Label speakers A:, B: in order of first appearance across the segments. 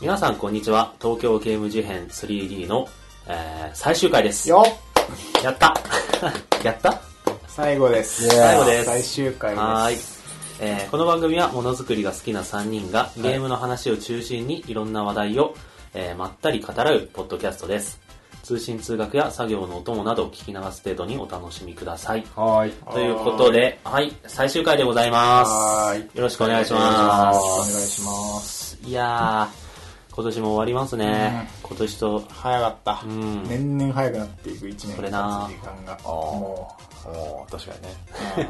A: 皆さんこんにちは東京ゲーム事変 3D の、えー最終回です
B: よ
A: やった やった
B: 最後です。
C: イエーイ最
A: 後です
B: 最終回です。
A: はーい、えーこの番組はものづくりが好きな3人がゲームの話を中心にいろんな話題を、えーまったり語らうポッドキャストです通信通学や作業のお供などを聞き流す程度にお楽しみください
C: はーい。
A: ということで、はい、最終回でございます。
B: はーい
A: よろしくお
C: お
A: 願いしま
C: お願い
A: す。
C: します。
A: いやー、今年も終わりますね。今年と、
B: 早かった、
A: うん、
B: 年々早くなっていく1年
A: それな
B: 経つ時間が。
C: ああ、
B: も
C: もう、もう、確かに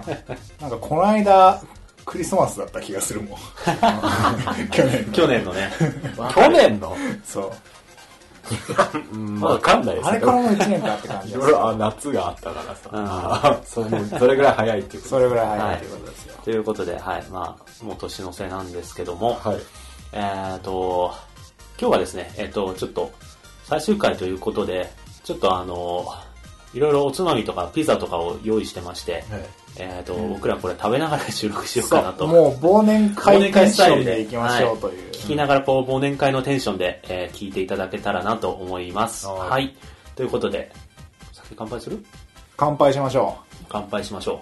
C: ね。
B: う、なんかこの間、クリスマスだった気が するもん。去年の。
A: 去年のね、
C: 去年の
B: そう。
C: まあわかんないです
B: あれ
C: け
B: から
C: ど。
B: もう1年かって感じ
C: い
B: で
C: ろい
B: す。
C: ろあ夏があったからさあー、 それそれぐらい早いっていうこと
B: それぐらい
A: は
B: 早
A: い
B: いということですよ。
A: ということで、はい、まあ、もう年の瀬なんですけども、
C: はい。
A: えーと、今日はですね、えっ、と、ちょっと、最終回ということで、ちょっとあの、いろいろおつまみとかピザとかを用意してまして、えっ、と、僕らこれ食べながら収録しようかなと。
B: そうもう忘
A: 忘
B: 年会
A: 年
B: テ
A: 会
B: ン
A: ス
B: シ
A: タイ
B: ョ
A: ル
B: ンで
A: で
B: いきましょうという。
A: 聞きながらこう忘年会のテンションで、えー聞いていただけたらなと思います。
C: はい
A: はい。ということで、先乾杯する
B: 乾杯しましょ
A: 乾杯しましょ
B: う。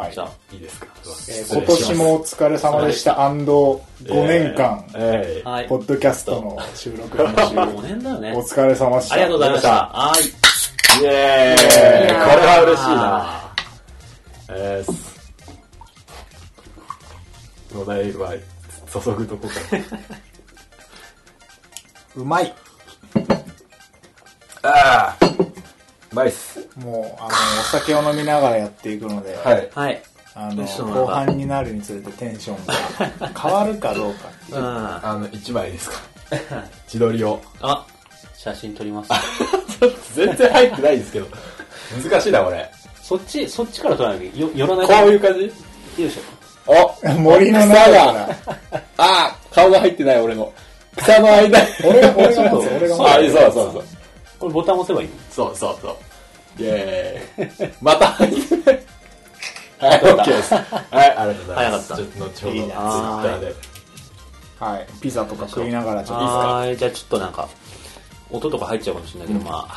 B: は
A: う。
B: い
A: じ。ゃあ、
C: いいですか。
B: えー
C: 失
B: 今
C: 礼します
B: 年もお疲れ様でした5年間、
C: ええ
A: はい。
B: ポッドキャストの収録の中
A: 5年だよね
B: お。疲れ様でした。
A: ありがとうございました。はい。
C: イエーイこれは嬉しいな。えーす。お題は注ぐと こから。
B: うまい。
C: ああうまいっす。
B: もう、あの、お酒を飲みながらやっていくので、
C: はい。
A: はい。
B: あ
A: テ
B: の、
A: ンションが
B: 後半になるにつれてテンションが変わるかどうかっていう
A: うん。あ、
C: あの、一 枚ですか。自撮りを。
A: 写真撮ります。
C: ちょっと全然入ってないですけど。難しいな、これ。
A: そっち、そっちから撮らないよ、寄らない
C: こういう感じ
A: う。よいしょ。
C: お
B: 森の中だ。
C: ああ顔が入ってない、俺の。草の間に。
B: 俺が、俺が持つ、俺が持
C: あ、そうそうそうそう。
A: これボタン押せばいい
C: そうそうそう。イェーイ。また入ってない。はい、OK です。はい、ありがとうござい
A: 早か
C: ます。
A: っ
C: ちょっと後ほど、
B: いい
C: ツイ
B: ね
C: ッターで。
B: つ。はい。ピザとか食いながら、ちょっといいっすか、
A: はい。じゃあちょっとなんか、音とか入っちゃうかもしれないけど、ま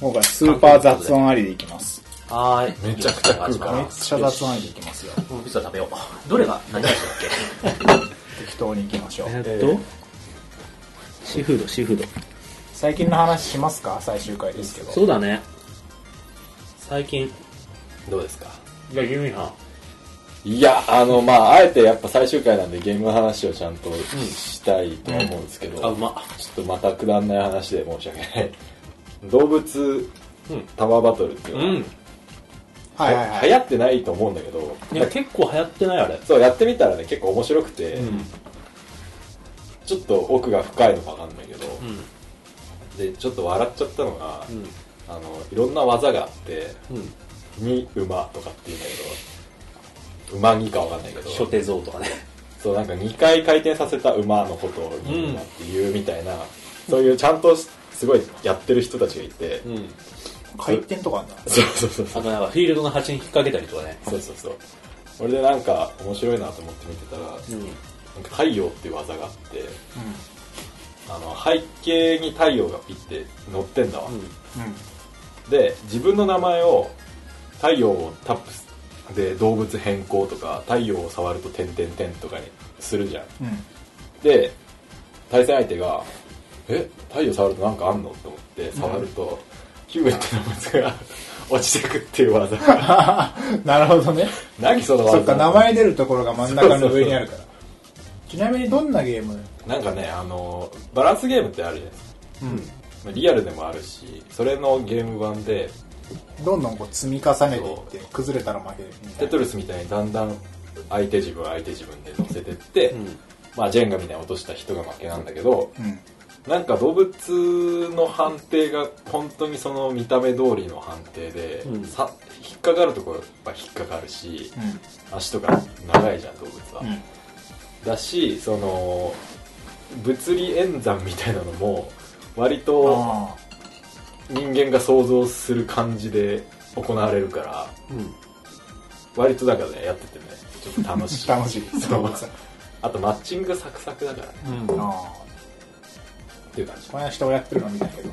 B: 今回スーパー雑音ありでいきます。
A: あ、はーい。
C: めちゃくちゃ食うから
B: め
A: よ
B: っ
A: ろしく
B: ちゃ雑音ありでいきますよ。
A: お願いしますもうピザ食べよう。どれが何でしたっけ
B: 適当にいきましょう。
A: え
C: ー
A: っ
C: っ
A: と
C: と、
A: シーフード、シーフード。
B: 最近の話しますか最終回ですけど。
A: そうだね。最近。
C: どうですか
A: いや、ユミハ
C: いや、あの、まあ、あえてやっぱ最終回なんでゲームの話をちゃんとしたいとは思うんですけど、
A: あ、うま。
C: ちょっとまたくだんない話で申し訳ない。動物
A: うん
C: タワーバトルっていうの
A: うん。
C: は、
B: はいはいはい。
C: 流行ってないと思うんだけど、
A: いや、結構流行ってないあれ。
C: そうやってみたらね、結構面白くて、
A: うん。
C: ちょっと奥が深いのかわかんないけど、
A: うん。
C: で、ちょっと笑っちゃったのが、
A: うん。
C: あの、いろんな技があって、
A: うん。
C: に馬とかって言うんだけど、馬にかわかんないけど、
A: 初手像とかね。
C: そうなんか2回回転させた馬のことをに馬って言うみたいな、そういうちゃんとすごいやってる人たちがいて、
A: うん。
B: 回転とかあんだ。
C: そうそうそうそ
A: あ
C: う
A: となんかフィールドの端に引っ掛けたりとかね。
C: そうそうそうそれでなんか面白いなと思って見てたら、なんか
A: うん。
C: 太陽っていう技があってあの背景に太陽がピッて乗ってんだわ、
B: うん。うん。
C: で自分の名前を太陽をタップすで動物変更とか太陽を触ると点点点とかにするじゃん
B: うん。
C: で対戦相手が「え太陽触るとなんかあんの?」と思って触ると、ヒューって動物が 落ちてくっていう技
B: なるほどね。
C: 何その技
B: そっか、名前出るところが真ん中の上にあるから。ちなみにどんなゲーム
C: なんかねあのバランスゲームってあるじゃないですか
B: うん。
C: まあリアルでもあるしそれのゲーム版で
B: どんどんこう積み重ねていって、崩れたら負けるみた
C: テ
B: いな。
C: トリスみたいにだんだん相手自分相手自分で乗せてって、
A: うん。
C: まあ、ジェンガみたいに落とした人が負けなんだけど
B: うん。
C: なんか動物の判定が本当にその見た目通りの判定で、
A: うん
C: さ引っかかるところは引っかかるし
B: うん。
C: 足とか長いじゃん動物は、
B: うん
C: だしその物理演算みたいなのも割と
B: あ
C: 人間が想像する感じで行われるから
A: うん。
C: 割とだからねやっててねちょっと楽しい
B: あ楽しい
C: そうあとマッチングがサクサクだからね
A: うん。
B: あ
C: っていう感
B: この間人をやってるの見たけど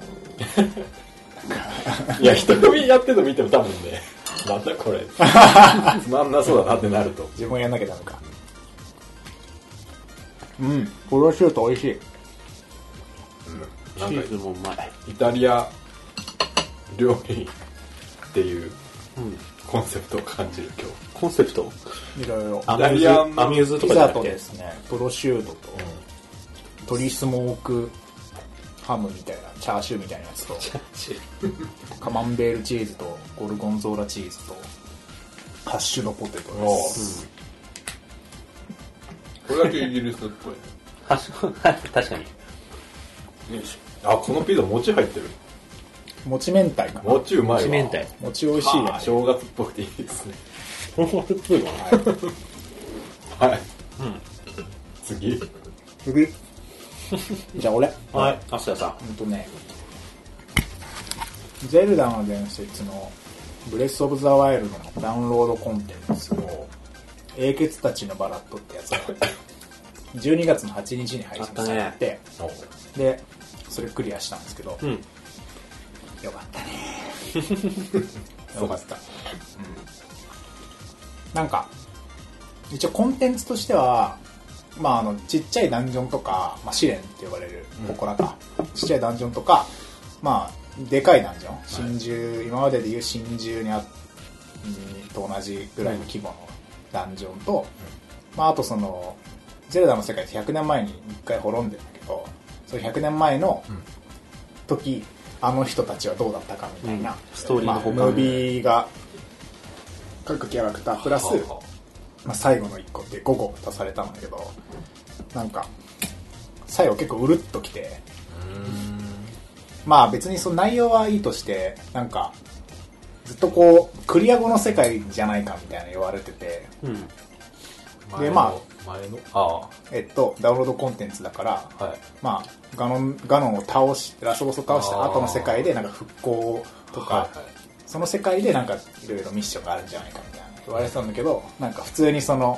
C: じいや人混みやってるの見ても多分ね またこれつまんなそうだなってなると
B: 自分やんなきゃダメかうんプロシュート美味しい
C: なん
A: チ
C: か
A: ーズもうまい。
C: イタリア料理っていうコンセプトを感じる今日
A: コンセプト
B: いろいろ
A: アミューズ
C: イタリアンの
A: アミューズと
B: ピ
A: かじゃ
B: ザ
A: なく
B: と
A: て
B: で。すねプロシュートと鶏スモークハムみたいなチャーシューみたいなやつとカマンベールチーズとゴルゴンゾーラチーズとハッシュドポテト
C: お
B: です
C: これだけイギリスっぽい
A: はし 確かに。
C: あこのピザ餅入ってる
B: もち明太かな
C: 餅うまいわ
A: 一面体。
B: もち美味しい
C: は
B: ね
C: あ正月っぽくていいですね
A: これ普通か
C: はい、次
B: 次じゃあ俺
A: なはい。アスヤさん。
B: ほんとね「ゼルダの伝説」の「ブレス・オブ・ザ・ワイルド」のダウンロードコンテンツを「英傑たちのバラッド」ってやつが12月の8日に配信されて、でそれクリアしたんですけど、
A: ん
B: よかったね
C: そ
B: よ
C: う
B: か
C: で
B: っ
C: す
B: た
C: か
B: なんか一応コンテンツとしてはまああのちっちゃいダンジョンとか、まあ、試練って呼ばれるここらか、ちっちゃいダンジョンとかまあでかいダンジョン真珠、今まででいう真珠にあうんと同じぐらいの規模のダンジョンと、まあ、あとそのゼルダの世界って100年前に一回滅んでんだけどその100年前の時、あの人たちはどうだったかみたいな、
A: うんストーリーの
B: まあ、
A: 補
B: ム
A: 完
B: ービーが各キャラクタープラス、
C: は
B: まあ、最後の1個って5個足されたんだけどなんか最後結構うるっときてまあ別にその内容はいいとしてなんかずっとこうクリア後の世界じゃないかみたいな言われてて
A: うん。
C: あはあ
B: でま
C: 前のあ
B: えっとダウンロードコンテンツだから
C: あはい
B: まあガノンガノンを倒しラスボスを倒した後の世界でなんか復興とか、
C: はいはい
B: その世界でなんかいろいろミッションがあるんじゃないかみたいな言われてたんだけどなんか普通にその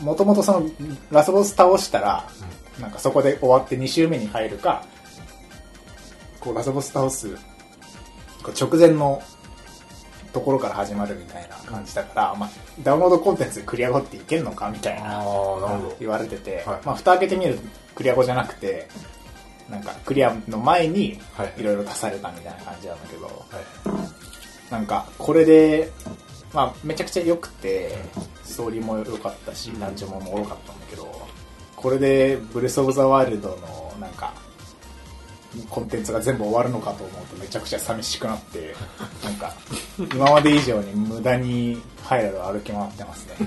B: もともとそのラスボス倒したらなんかそこで終わって2周目に入るかこうラスボス倒すこう直前のところから始まるみたいな感じだから、まあ、ダウンロードコンテンツでクリア後っていけるのかみたい
C: ああ
B: な
C: なるほど
B: 言われてて、
C: はい
B: まあ蓋開けてみるとクリア後じゃなくてなんかクリアの前に
C: はい
B: いろいろ足されたみたいな感じなんだけど、
C: はい
B: なんかこれで、まあ、めちゃくちゃ良くてストーリーも良かったしダンジョンもおもろかったんだけどこれで「ブレス・オブ・ザ・ワイルド」のなんかコンテンツが全部終わるのかと思うとめちゃくちゃ寂しくなってなんか今まで以上に無駄にハイラルを歩き回ってますね、え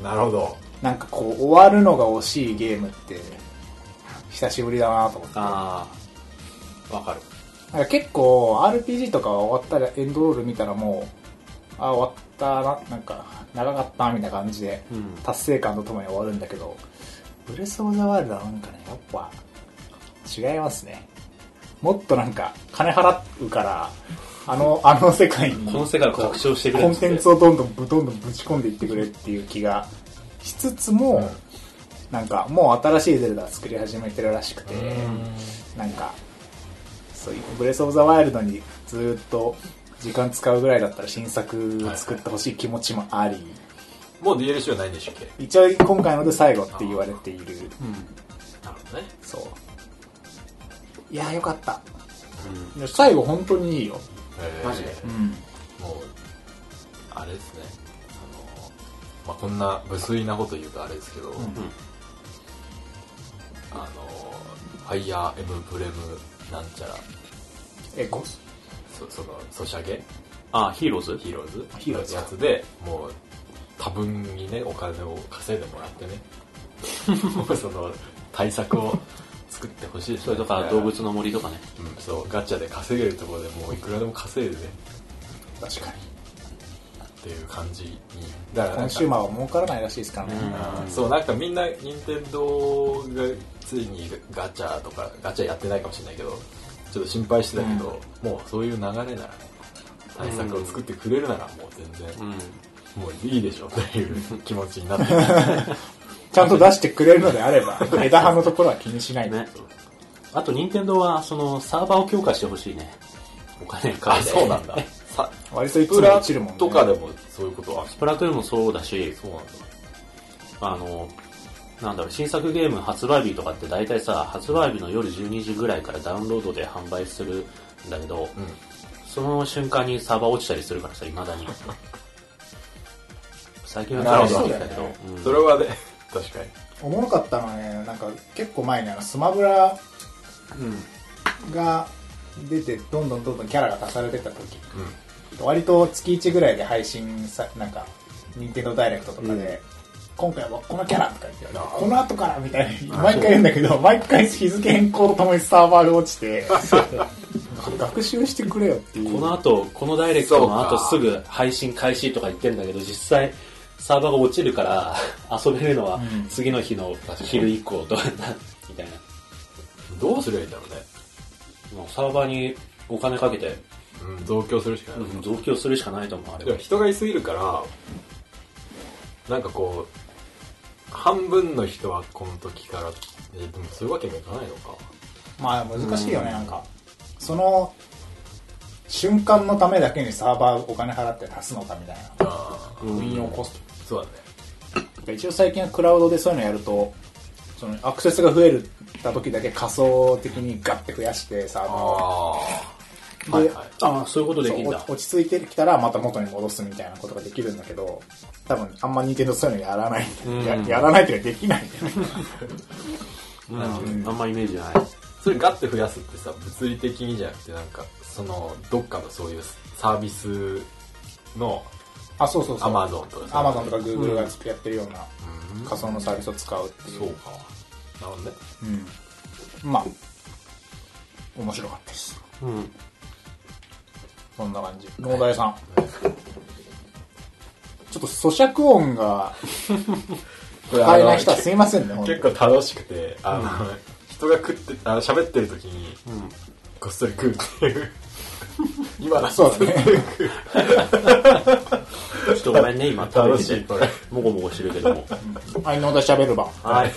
B: ー
C: なるほど
B: なんかこう終わるのが惜しいゲームって久しぶりだなと思って
A: ああ。わかる。
B: なんか結構 RPG とかは終わったらエンドロール見たらもうあ終わったななんか長かったみたいな感じで、
A: うん
B: 達成感とともに終わるんだけどブレス・オブ・ザ・ワールドはなんかねやっぱ違いますねもっとなんか金払うからあのあの世界に
A: この世界を拡張してくれ
B: コンテンツをどんどんぶどんどんぶち込んでいってくれっていう気がしつつも、なんかもう新しいゼルダ作り始めてるらしくて、なんかそういうブレス・オブ・ザ・ワイルドにずっと時間使うぐらいだったら新作作ってほしい気持ちもあり、
C: もう DLC はないんでしたっけ
B: 一応今回ので最後って言われている、
C: なるほどね
B: そういやーよかった、いや最後本当にいいよ、
A: マジで
B: うん、
C: もうあれですねあの、まあ、こんな無粋なこと言うとあれですけど、あのファイヤーエムブレムなんちゃら
B: えこ
C: そそのソシャゲ
A: ああ、ヒーローズ
C: ヒーローズ
B: ヒーローズ
C: やつでもう多分にねお金を稼いでもらってね もうその対策を作ってほしいですね
A: それとか動物の森とかね。
C: うんそうガチャで稼げるところでもういくらでも稼いでね
B: 確かに
C: っていう感じにだから
B: コ
C: なん
B: ン
C: か
B: シューマーは儲からないらしいですからね、
C: そうなんかみんな任天堂がついにガチャとかガチャやってないかもしれないけどちょっと心配してたけど、もうそういう流れならね対策を作ってくれるならもう全然、
A: うん。
C: もういいでしょという気持ちになって
B: ちちゃんと出してくれるのであれば、枝葉のところは気にしないで。
A: ね。あと、任天堂は、その、サーバーを強化してほしいね。お金か
C: あ、
A: けて。
C: そうなんだ。 さ、
B: 割といつ
C: プ
B: も
C: ラ
B: 落ちるもんね。
C: とかでもそういうことは。
A: プラトゥーンもそうだし、
C: そうなんだ。
A: あの、なんだろう、新作ゲーム発売日とかって大体さ、発売日の夜12時ぐらいからダウンロードで販売するんだけど、
C: うん。
A: その瞬間にサーバー落ちたりするからさ、未だ に。最近は
C: なるほ
A: サ
C: ど
A: ーバー落ちてたけど、うん
C: それはね、 確かに。
B: おもろかったのはね、なんか結構前にあのスマブラが出て、どんどんどんどんキャラが足されてた時、割と月1ぐらいで配信さ、なんか、任天堂ダイレクトとかで、今回はこのキャラとか言って、この後からみたいに毎回言うんだけど、毎回日付変更とともにサーバーが落ちて、学習してくれよっていう。
A: この後、このダイレクトの後すぐ配信開始とか言ってんだけど、実際、サーバーが落ちるから、遊べるのは
B: うん
A: 次の日の昼以降とかな、 みたいな。
C: うん。どうすりゃいいんだろうね。
A: もうサーバーにお金かけて、
C: うん、増強するしかない。
A: うん増強するしかないと思う、あれ
C: で
A: は
C: も。人がいすぎるから、なんかこう、半分の人はこの時から、えでもそういうわけにもいかないのか。
B: まあ難しいよね、なんか。その瞬間のためだけにサーバーお金払って足すのかみたいな。
C: ああ、
B: 運用コスト。
C: そうだね。
B: 一応最近はクラウドでそういうのやると、そのアクセスが増えた時だけ仮想的にガッて増やしてサーバーを。
C: ああ。
B: で
C: はいはい。
A: ああ、そういうことできるんだ
B: そう。落ち着いてきたらまた元に戻すみたいなことができるんだけど、多分あんま任天堂そういうのやらない。
A: うん
B: ややらないというかできないんだよね。
A: うんあんまイメージない。
C: それガッて増やすってさ、物理的にじゃなくて、なんか、その、どっかのそういうサービスの
B: あ、そうそうそう。
C: アマゾンとか
B: アマゾンとか Google がやってるような仮想のサービスを使うっていう。
C: そうか。なるほどね。
B: うん、まあ面白かったです
A: うん。
B: そんな感じ農大さんちょっと咀嚼音が
C: これ
B: 変えない人は
C: あの
B: すいませんね本当に
C: 結構楽しくて、あの、人が食って、あの、喋ってる時に、こっそり食うって いう。今だ
B: そうだね
A: ちょっとごめんね、今食
C: 楽
A: べ
C: しい、
A: てて
C: こ、れ。
A: もごもごしてるけども。
B: はい農大しゃべる番
A: はい。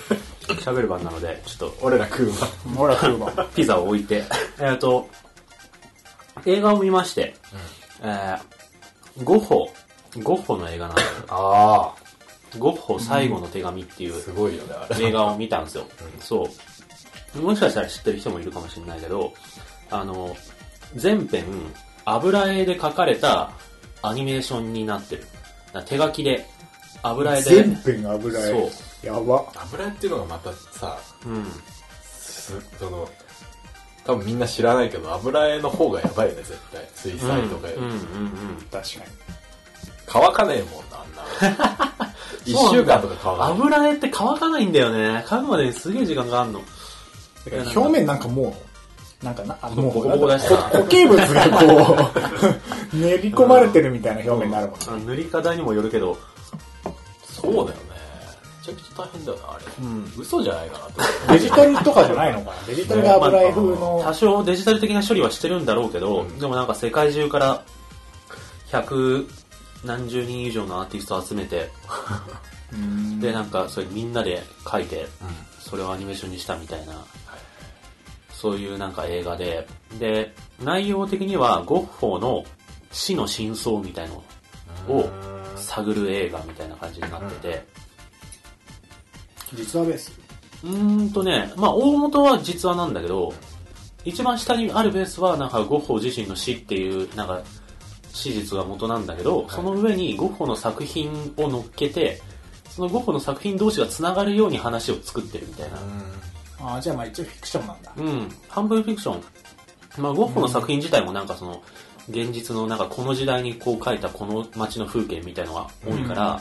A: 喋る番なので、ちょっと
C: 俺ら食うわ。
B: ほら食う番
A: ピザを置いて、 えっと、映画を見まして、えー、ゴッホ、ゴッホの映画なんだけ
C: あ
A: ど、ゴッホ最後の手紙っていう
C: あ、すごいよね、あれ。
A: 映画を見たんですよ。そう。もしかしたら知ってる人もいるかもしれないけど、あの、全編油絵で描かれたアニメーションになってる。だから手書きで、油絵で。
B: 全編油
A: そ
B: 絵
A: う
B: やば
C: 油絵っていうのがまたさ、
A: うん。
C: すその、多分みんな知らないけど、油絵の方がやばいよね、絶対。水彩とかより
A: うんうんうん
B: 確かに
C: 乾かねえもんな、あん なの。一週間とか乾かない。
A: 油絵って乾かないんだよね。乾くまでにすげえ時間かかんの。
B: だから表面なんかもうなんかなあもう
A: ボコボコだし
B: こ固形物がこう 練り込まれてるみたいな表面になるもん
A: あの塗り方にもよるけど、
C: そうだよね。めちゃくちゃ大変だよな、あれ。
A: ん
C: 嘘じゃないかな と
B: デジタルとかじゃないのかなデジタルが油絵風の
A: 多少デジタル的な処理はしてるんだろうけど、
C: うん
A: でもなんか世界中から百何十人以上のアーティストを集めて、
B: うん
A: で、なんかそれみんなで書いて、
C: 思う。
A: それをアニメーションにしたみたいな、そういうなんか映画で、で、内容的にはゴッホの死の真相みたいの
C: うん
A: を探る映画みたいな感じになってて、
B: 実はベース
A: うーんとね、まあ大元は実話なんだけど、一番下にあるベースはなんかゴッホ自身の死っていうなんか史実が元なんだけど、その上にゴッホの作品を乗っけて、そのゴッホの作品同士が繋がるように話を作ってるみたいな。
B: ああじゃあまあ一応フィクションなんだ
A: うん、半分フィクション。まあゴッホの作品自体もなんかその、現実のなんかこの時代にこう描いたこの街の風景みたいのが多いから、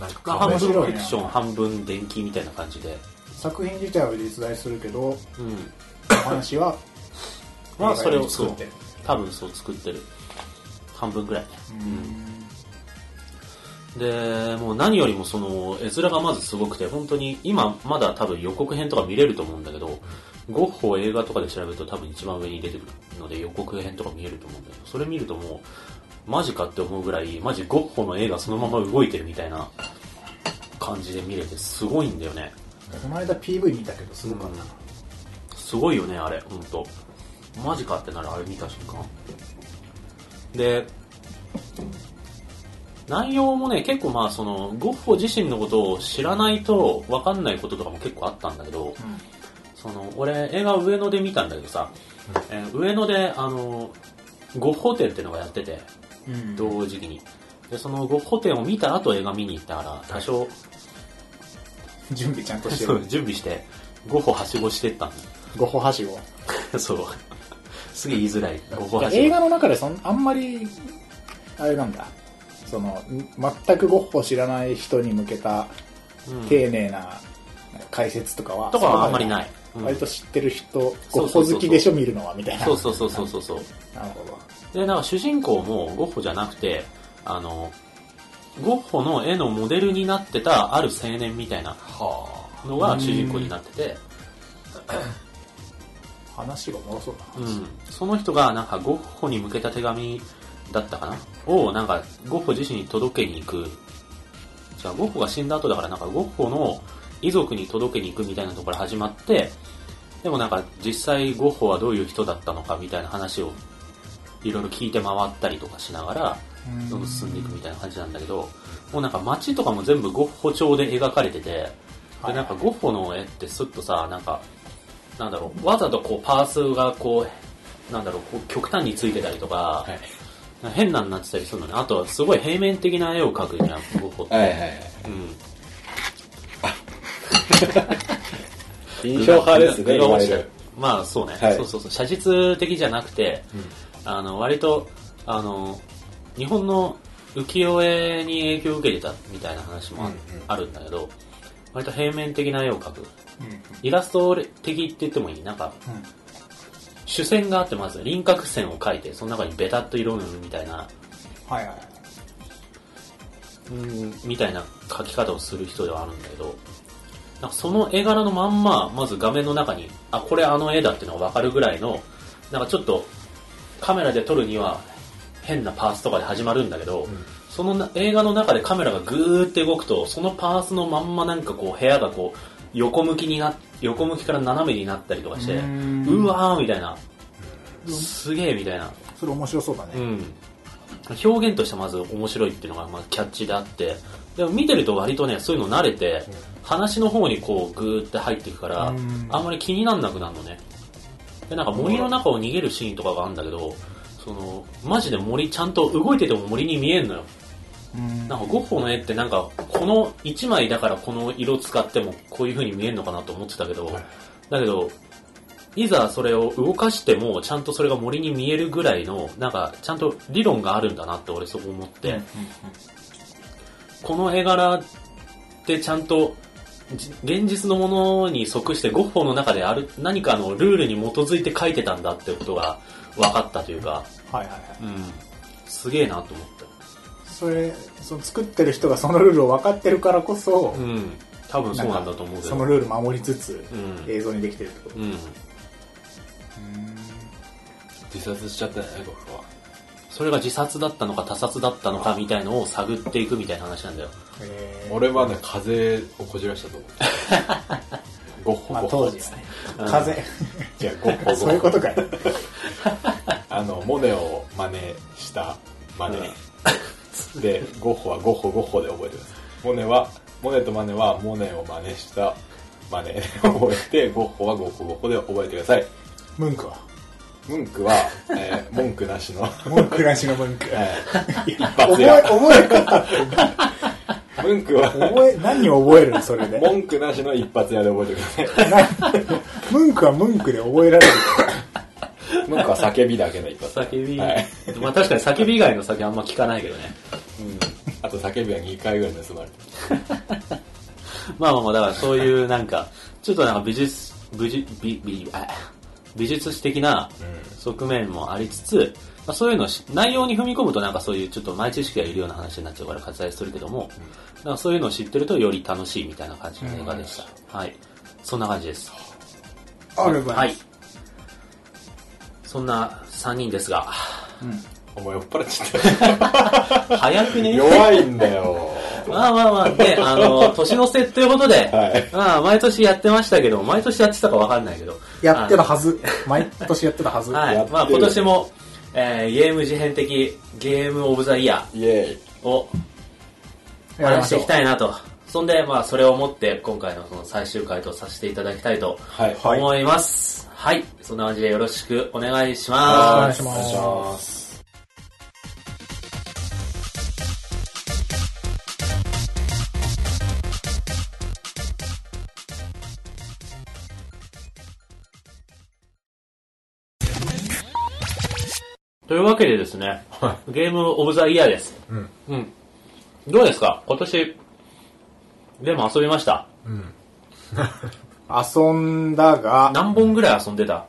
C: なんか
A: まあ
C: カフ
A: 半
B: 面
A: 分
B: 白い
A: フィ
B: ね
A: クション、半分電気みたいな感じで。
B: 作品自体は実在する けど
A: うん。
B: お話は
A: まあそれ
B: 映
A: を
B: 画に作って
A: そう
B: る
A: 多分そう作ってる半分くらいね、
B: うん
A: でもう何よりもその絵面がまずすごくて本当に今まだ多分予告編とか見れると思うんだけど、ゴッホ映画とかで調べると多分一番上に出てくるので予告編とか見えると思うんだけどそれ見るともうマジかって思うぐらいマジゴッホの絵がそのまま動いてるみたいな感じで見れてすごいんだよね。
B: この間 PV 見たけどすごかったな、
A: すごいよね、あれ、ほんと。マジかってなる、あれ見た瞬間。で、内容もね、結構まあ、その、ゴッホ自身のことを知らないと分かんないこととかも結構あったんだけど、その、俺、映画上野で見たんだけどさ、えー上野で、あの、ゴッホ展っていうのがやってて、
B: うんうん
A: 同時期に。で、そのゴッホ展を見た後映画見に行ったから、多少、
B: 準備ちゃんとして
A: そう
B: る
A: 準備して、ゴッホはしごしてったん
B: ゴッホはしご
A: だ そう。すげえ言いづらい。ゴッホ
B: いや
A: はし
B: 映
A: ご。
B: 画の中でそんあんまりあれなんだそのん全くゴッホ知らない人に向けた
A: うん
B: 丁寧な解説とかは、、
A: とかはあんまりないい。うん
B: 割と知ってる人
A: そう
B: ゴッ
A: そうそう
B: ホ
A: そう
B: 好きでしょ見るのはみたいな
A: そうそうそうそうそうそう。
B: なるほど
A: で、なんか主人公もゴッホじゃなくて、あの、ゴッホの絵のモデルになってたある青年みたいな
C: はあ
A: のが主人公になってて、
B: 話がおもろそう
A: う
B: だな、
A: ん、その人がなんかゴッホに向けた手紙だったかなをなんかゴッホ自身に届けに行くじゃあゴッホが死んだ後だからなんかゴッホの遺族に届けに行くみたいなところから始まってでもなんか実際ゴッホはどういう人だったのかみたいな話をいろいろ聞いて回ったりとかしながら
B: うん
A: どんどん進んでいくみたいな感じなんだけどもうなんか街とかも全部ゴッホ調で描かれててでなんかゴッホの絵ってすっとさなんかなんだろうわざとこうパースがこうなんだろうこう極端についてたりとか、
C: はい
A: 変なになってたりするのねあとはすごい平面的な絵を描くじゃんゴッホって、
C: はいはいはい
A: うん
C: 印象派ですね
A: 具が
C: いわ
A: 落ち
C: ゆ
A: て
C: る
A: まあそうね、
C: はい
A: そうそうそう写実的じゃなくて、あの割とあの日本の浮世絵に影響を受けてたみたいな話もあ,、
C: うんうん
A: るんだけど割と平面的な絵を描く
B: うん
A: イラスト的って言ってもいいなんか
B: うん
A: 主線があってまず輪郭線を描いてその中にベタっと色を塗るみたいな
B: はいはい
A: うんみたいな描き方をする人ではあるんだけどなんかその絵柄のまんままず画面の中にあこれあの絵だっていうのが分かるぐらいのなんかちょっとカメラで撮るには変なパースとかで始まるんだけど、そのな映画の中でカメラがぐーって動くとそのパースのまんまなんかこう部屋がこう横向きにな横向きから斜めになったりとかして
B: う
A: う
B: ーん
A: わーみたいなすげえみたいな
B: それ面白そうだね、
A: うん、表現としてまず面白いっていうのがまあキャッチであってでも見てると割とねそういうの慣れて、話の方にこうグーって入っていくから、
B: うん
A: あんまり気になんなくなるのねでなんか森の中を逃げるシーンとかがあるんだけどそのマジで森ちゃんと動いてても森に見えんのよ
B: うん
A: なんかゴッホの絵ってなんかこの1枚だからこの色使ってもこういう風に見えるのかなと思ってたけど、だけどいざそれを動かしてもちゃんとそれが森に見えるぐらいのなんかちゃんと理論があるんだなって俺そこ思って、
B: うんうん
A: この絵柄ってちゃんとじ現実のものに即してゴッホの中である何かのルールに基づいて描いてたんだってことが分かったというか、
B: はいはいはい
A: うん、すげえなと思った。
B: それその作ってる人がそのルールを分かってるからこそ、
A: うん、多分そうなんだと思うけ
B: その
A: ど。
B: ルール守りつつ、
A: うん
B: 映像にできてるってこと
A: うん、
C: 自殺しちゃったねゴッホは
A: それが自殺だったのか他殺だったのかみたいのを探っていくみたいな話なんだよ。
B: えー
C: 俺はね風邪をこじらしたと 思うゴッホ
B: まあ
C: ゴッホ
B: 当時はね風
C: いやゴッホゴッホ
B: そういうことかよ
C: あのモネを真似した真似でゴッホはゴッホゴッホで覚えてますモネはモネとマネはモネを真似した真似で覚えてゴッホはゴッホゴッホで覚えてください
B: 文句は
C: ムンクは、 えー文句なしの、
B: 文句なしの文句
C: え ー一
B: 覚
C: 発
B: え
C: 屋
B: 覚え方って
C: 文句は
B: 覚え何を覚えるのそれで
C: 文句なしの一発屋で覚えてください
B: な文句は文句で覚えられる
C: ムンクは叫びだけの一発
A: 叫び、
C: はい
A: まあ確かに叫び以外の叫びあんま聞かないけどね。
C: うんあと叫びは2回ぐらい盗まれて
A: まあまあまあ、だからそういうなんか、ちょっとなんか美術、美術、美美あ美術史的な側面もありつつ、まあ、そういうのし、内容に踏み込むとなんかそういうちょっと前知識がいるような話になっちゃうから割愛するけども、だからそういうのを知ってるとより楽しいみたいな感じの映画でした。はい。そんな感じです。
B: あれば
A: はい。そんな3人ですが、
C: お前酔っ払っちゃっ
A: 早く
C: た
A: ね
C: 弱いんだよ
A: まあまあまあ、ね、あ の、年の瀬ということで、
C: はい
A: まあ、毎年やってましたけど、毎年やってたかわかんないけど。
B: やって
A: た
B: たはず。毎年やってたはず。
A: は
C: や
A: い
C: っ。て
A: まあ、
C: る
A: 今年も、えーゲーム事変的ゲームオブザイヤ
C: イエーイ。
A: ーを
B: やりま
A: 話し
B: してょ
A: いきたいなと。そんで、まあ、それをもって、今回のその最終回とさせていただきたいと
C: はい。
B: は
A: 思います。はい。そんな感じでよろしくお願いし
B: お願
A: ま
B: いし
A: す。
B: ま
C: お願いします。
A: というわけでですね、
C: は
A: ゲームオブザイヤーです。
C: い。うん。
A: うん。どうですか今年、でも遊びました。
C: うん。
B: う。遊んだが、
A: 何本ぐらい遊んでた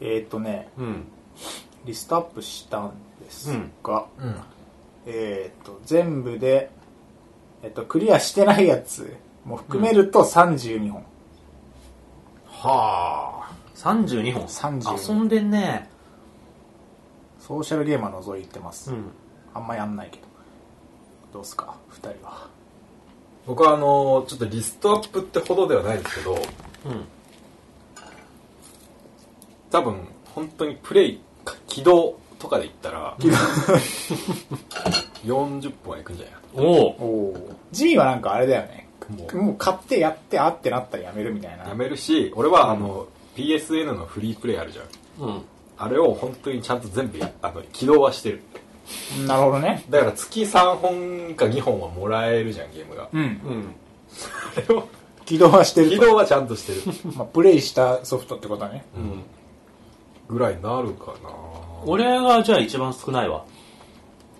B: えっ、とね、
A: うん。
B: リストアップしたんですが、
C: うん。
B: えっ、と、全部で、えっ、と、クリアしてないやつも含めると32本。
C: はあ。
A: 32本。
B: 32
A: 遊んでんね。
B: ソーシャルゲームは除いてます。
A: うん。
B: あんまやんないけど。どうすか、二人は。
C: 僕はあの、ちょっとリストアップってほどではないんですけど、
A: うん。
C: 多分、本当にプレイ、起動とかで言ったら、40本はいくんじゃないか
A: おお。
B: おお。ジミーはなんかあれだよね。
C: と。もう
B: もう買ってやって、あってなったらやめるみたいな。
C: やめるし、俺はあの、PSN のフリープレイあるじゃん。
A: うん。
C: あれを本当にちゃんと全部やあの起動はしてる。
B: なるほどね。
C: だから月3本か2本はもらえるじゃん、ゲームが。
B: うん。
A: うん。
C: あれを
B: 起動はしてる
C: 起
B: と。
C: 動はちゃんとして る。
B: まあ、プレイしたソフトってことはね。
A: うん。
C: ぐらいになるかな
A: 俺がじゃあ一番少ないわ。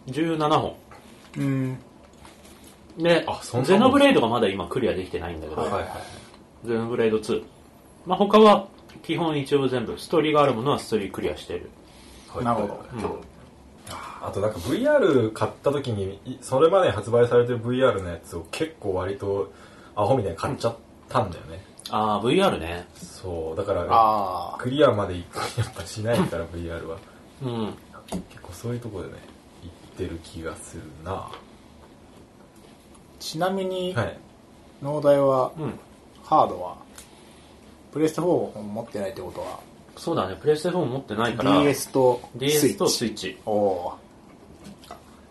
A: 17本。
B: うん。
A: で
C: あそん、なもん
A: ゼノブレイドがまだ今クリアできてないんだけど、
C: はいはいはい。
A: ゼノブレイド2。まあ、他は基本一応全部、ストーリーがあるものはストーリークリアしてる。
C: はい
B: なるほど
C: うんあとなんか VR 買った時にいそれまでに発売されてる VR のやつを結構割とアホみたいに買っちゃったんだよね、
A: ああ、VR ね。
C: そうだから
B: ああ。
C: クリアまでいくやっぱしないから VR は
A: うん。
C: 結構そういうところでね行ってる気がするなは
B: ちなみに、
C: い
B: 農大は、
A: うん。
B: ハードは、プレステ4を持ってないってことは、
A: そうだね、プレステ4持ってないから、
B: DS とスイ
A: DS と
B: ッチ。
A: スイッチ。
B: おお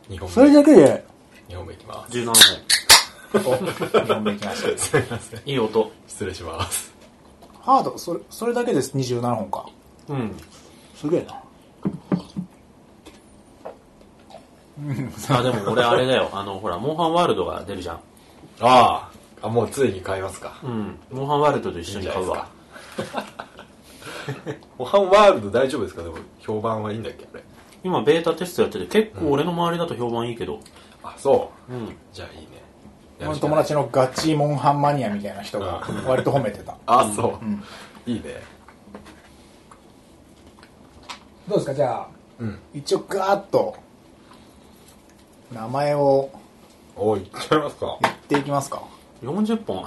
C: 2
B: ー。
C: 本
B: それ
C: 目
B: だけで、
C: 2本目いきます
A: 17本。
B: お日本できまし
C: すいません
A: いい音。
C: 失礼します
B: た。ハード、それ、それだけです。27本か。
A: うん。
B: すげえな。
A: あ、でも俺あれだよ。あの、ほら、モンハンワールドが出るじゃん。
C: ああもうついに買いますか
A: うん。モンハンワールドと一緒に買うわ。
C: モハン ワールド大丈夫ですかでも評判はいいんだっけあれ
A: 今、ベータテストやってて、結構俺の周りだと評判いいけど。
C: あそう
A: うん。
C: じゃあいいね
B: 俺の友達のガチモンハンマニアみたいな人が割と褒めてた。
C: あそう、いいね
B: どうですかじゃあ、
C: うん
B: 一応ガーッと、名前を
C: おいいっちゃいますか
B: 言っていきますか。
A: 40本。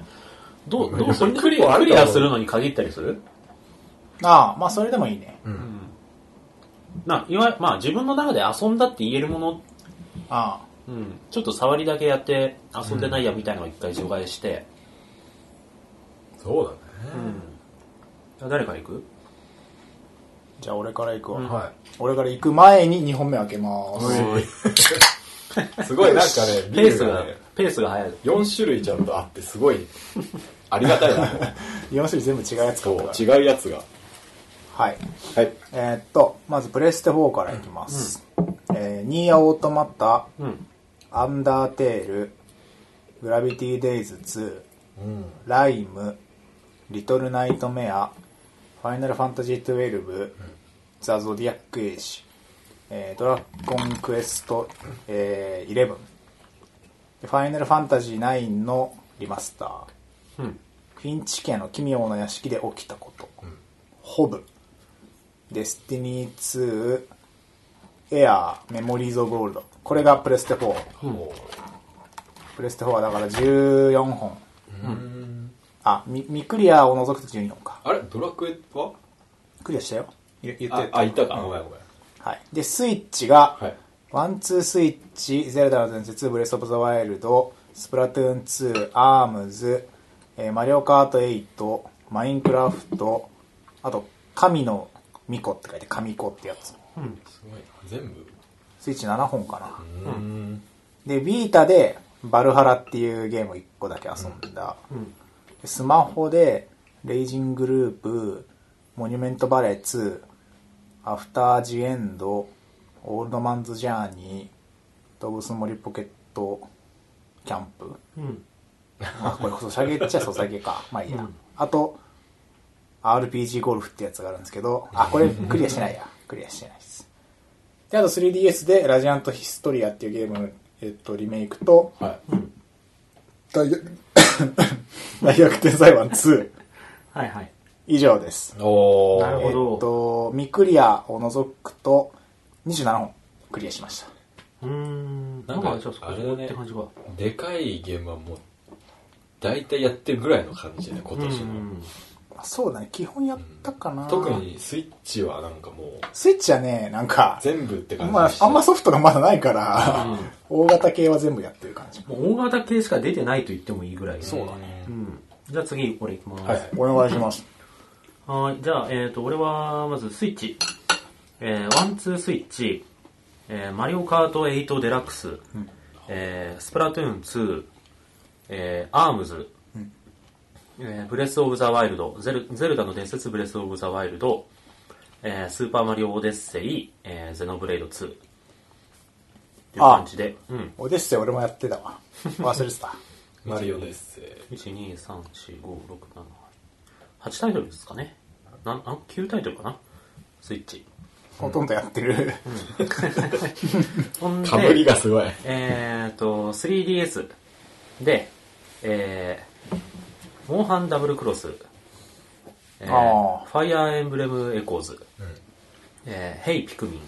A: どう、
C: うん
A: どうする
C: これ
A: クリア、クリアするのに限ったりする
B: ああ、まあそれでもいいね。
A: な、いわゆる、まあ自分の中で遊んだって言えるもの、
B: あ
A: うん。ちょっと触りだけやって遊んでないやみたいなのを一回除外して。
C: そうだね、
A: あ誰から行く
B: あ、じゃあ俺から行くわ。
C: は
B: 俺から行く前に2本目開けます。
C: いすごいなん かねビ
A: ペー
C: ー
A: ス
C: ルが
A: が
C: ね、
A: ペースが早い。
C: 4種類ちゃんとあってすごい ありがたいなもう
B: 4種類全部違うやつ買ったから。
C: そう違うやつが
B: はい。
C: はい
B: えーっと、まずプレステ4からいきます。えーニーヤオートマタ、
A: うん。
B: アンダーテール、グラビティデイズ2、
C: うん
B: ライム、リトルナイトメア、ファイナルファンタジー12、ザ・ゾディアック・エイジ、えードラゴンクエスト、えー、11、でファイナルファンタジー9のリマスター、
A: うん。
B: フィンチ家の奇妙な屋敷で起きたこと、ホブ、デスティニー2、エアー、メモリーズ・オブ・ゴールド、これがプレステ4。
C: も
B: プレステ4はだから14本。あ、み未クリアを除くと14本か。
C: うあれドラクエは
B: クリアしたよ。言言って
C: あ
B: た
C: あいたかごめんごめん
B: はい。で、スイッチが、
C: はい
B: ワンツースイッチ、ゼルダの伝説、ブレスオブザワイルド、スプラトゥーン2、アームズ、えーマリオカート8、マインクラフト、あと、神の巫女って書いて神子ってやつ。
C: すごいな全部
B: スイッチ7本かな。
C: うん
B: で、ビータで、バルハラっていうゲームを1個だけ遊んだ。でスマホで、レイジングループ、モニュメントバレー2、アフタージエンド、オールドマンズジャーニー、動物森ポケット、キャンプ。
A: うん。
B: あ、これ、ソシャゲっちゃソシャゲ か。まあいいや。あと、RPG ゴルフってやつがあるんですけど、あ、これクリアしてない や。クリアしてないです。で、あと 3DS で、ラジアントヒストリアっていうゲームの、えっと、リメイクと、
C: はい
B: 大逆 大逆転裁判2
A: はいはい。
B: 以上です。
C: お
A: なる
B: え
A: ほ
B: っ
A: ど
B: と、未クリアを除くと、27本クリアしました。
A: うーん。
C: な
A: なんん
C: か
A: か、じゃあそこそこって感じか。
C: でかいゲームはもう大体やってるぐらいの感じで今
A: う
C: 年の、
A: ん。
B: まあそうだね、基本やったかな。
C: 特。にスイッチはなんかもう
B: スイッチはね、なんか、
C: 全部って感じ
B: まあ、あんまソフトがまだないから、
A: うん
B: 大型系は全部やってる感じ。
A: もう大型系しか出てないと言ってもいいぐらい、
C: そうだね
A: うん。じゃあ次、俺行きます。
C: はい
B: お願いします。
A: はい、じゃあ、えっ、と、俺は、まず、スイッチ。えー、ワン、ツースイッチ、えー、マリオカート8デラックス、えー、スプラトゥーン2、えー、アームズ、えー、ブレスオブザワイルド、ゼル、ゼルダの伝説ブレスオブザワイルド、えー、スーパーマリオオデッセイ、えー、ゼノブレイド2。っていう感じで、うん。
B: オデッセイ俺もやってたわ。忘れてた。
C: マリオですえ
A: 1、2、3、4、5、6、7、8タイトルですかね。なん、あ、9タイトルかなスイッチ。
B: ほとんどやってる。
A: ほんで
C: ーかぶりがすごい
A: えー、と、3DS で、えー、モンハンダブルクロス、え
B: あ
A: ー、
B: ー
A: ファイアーエンブレムエコーズ、えー、ヘイピクミン、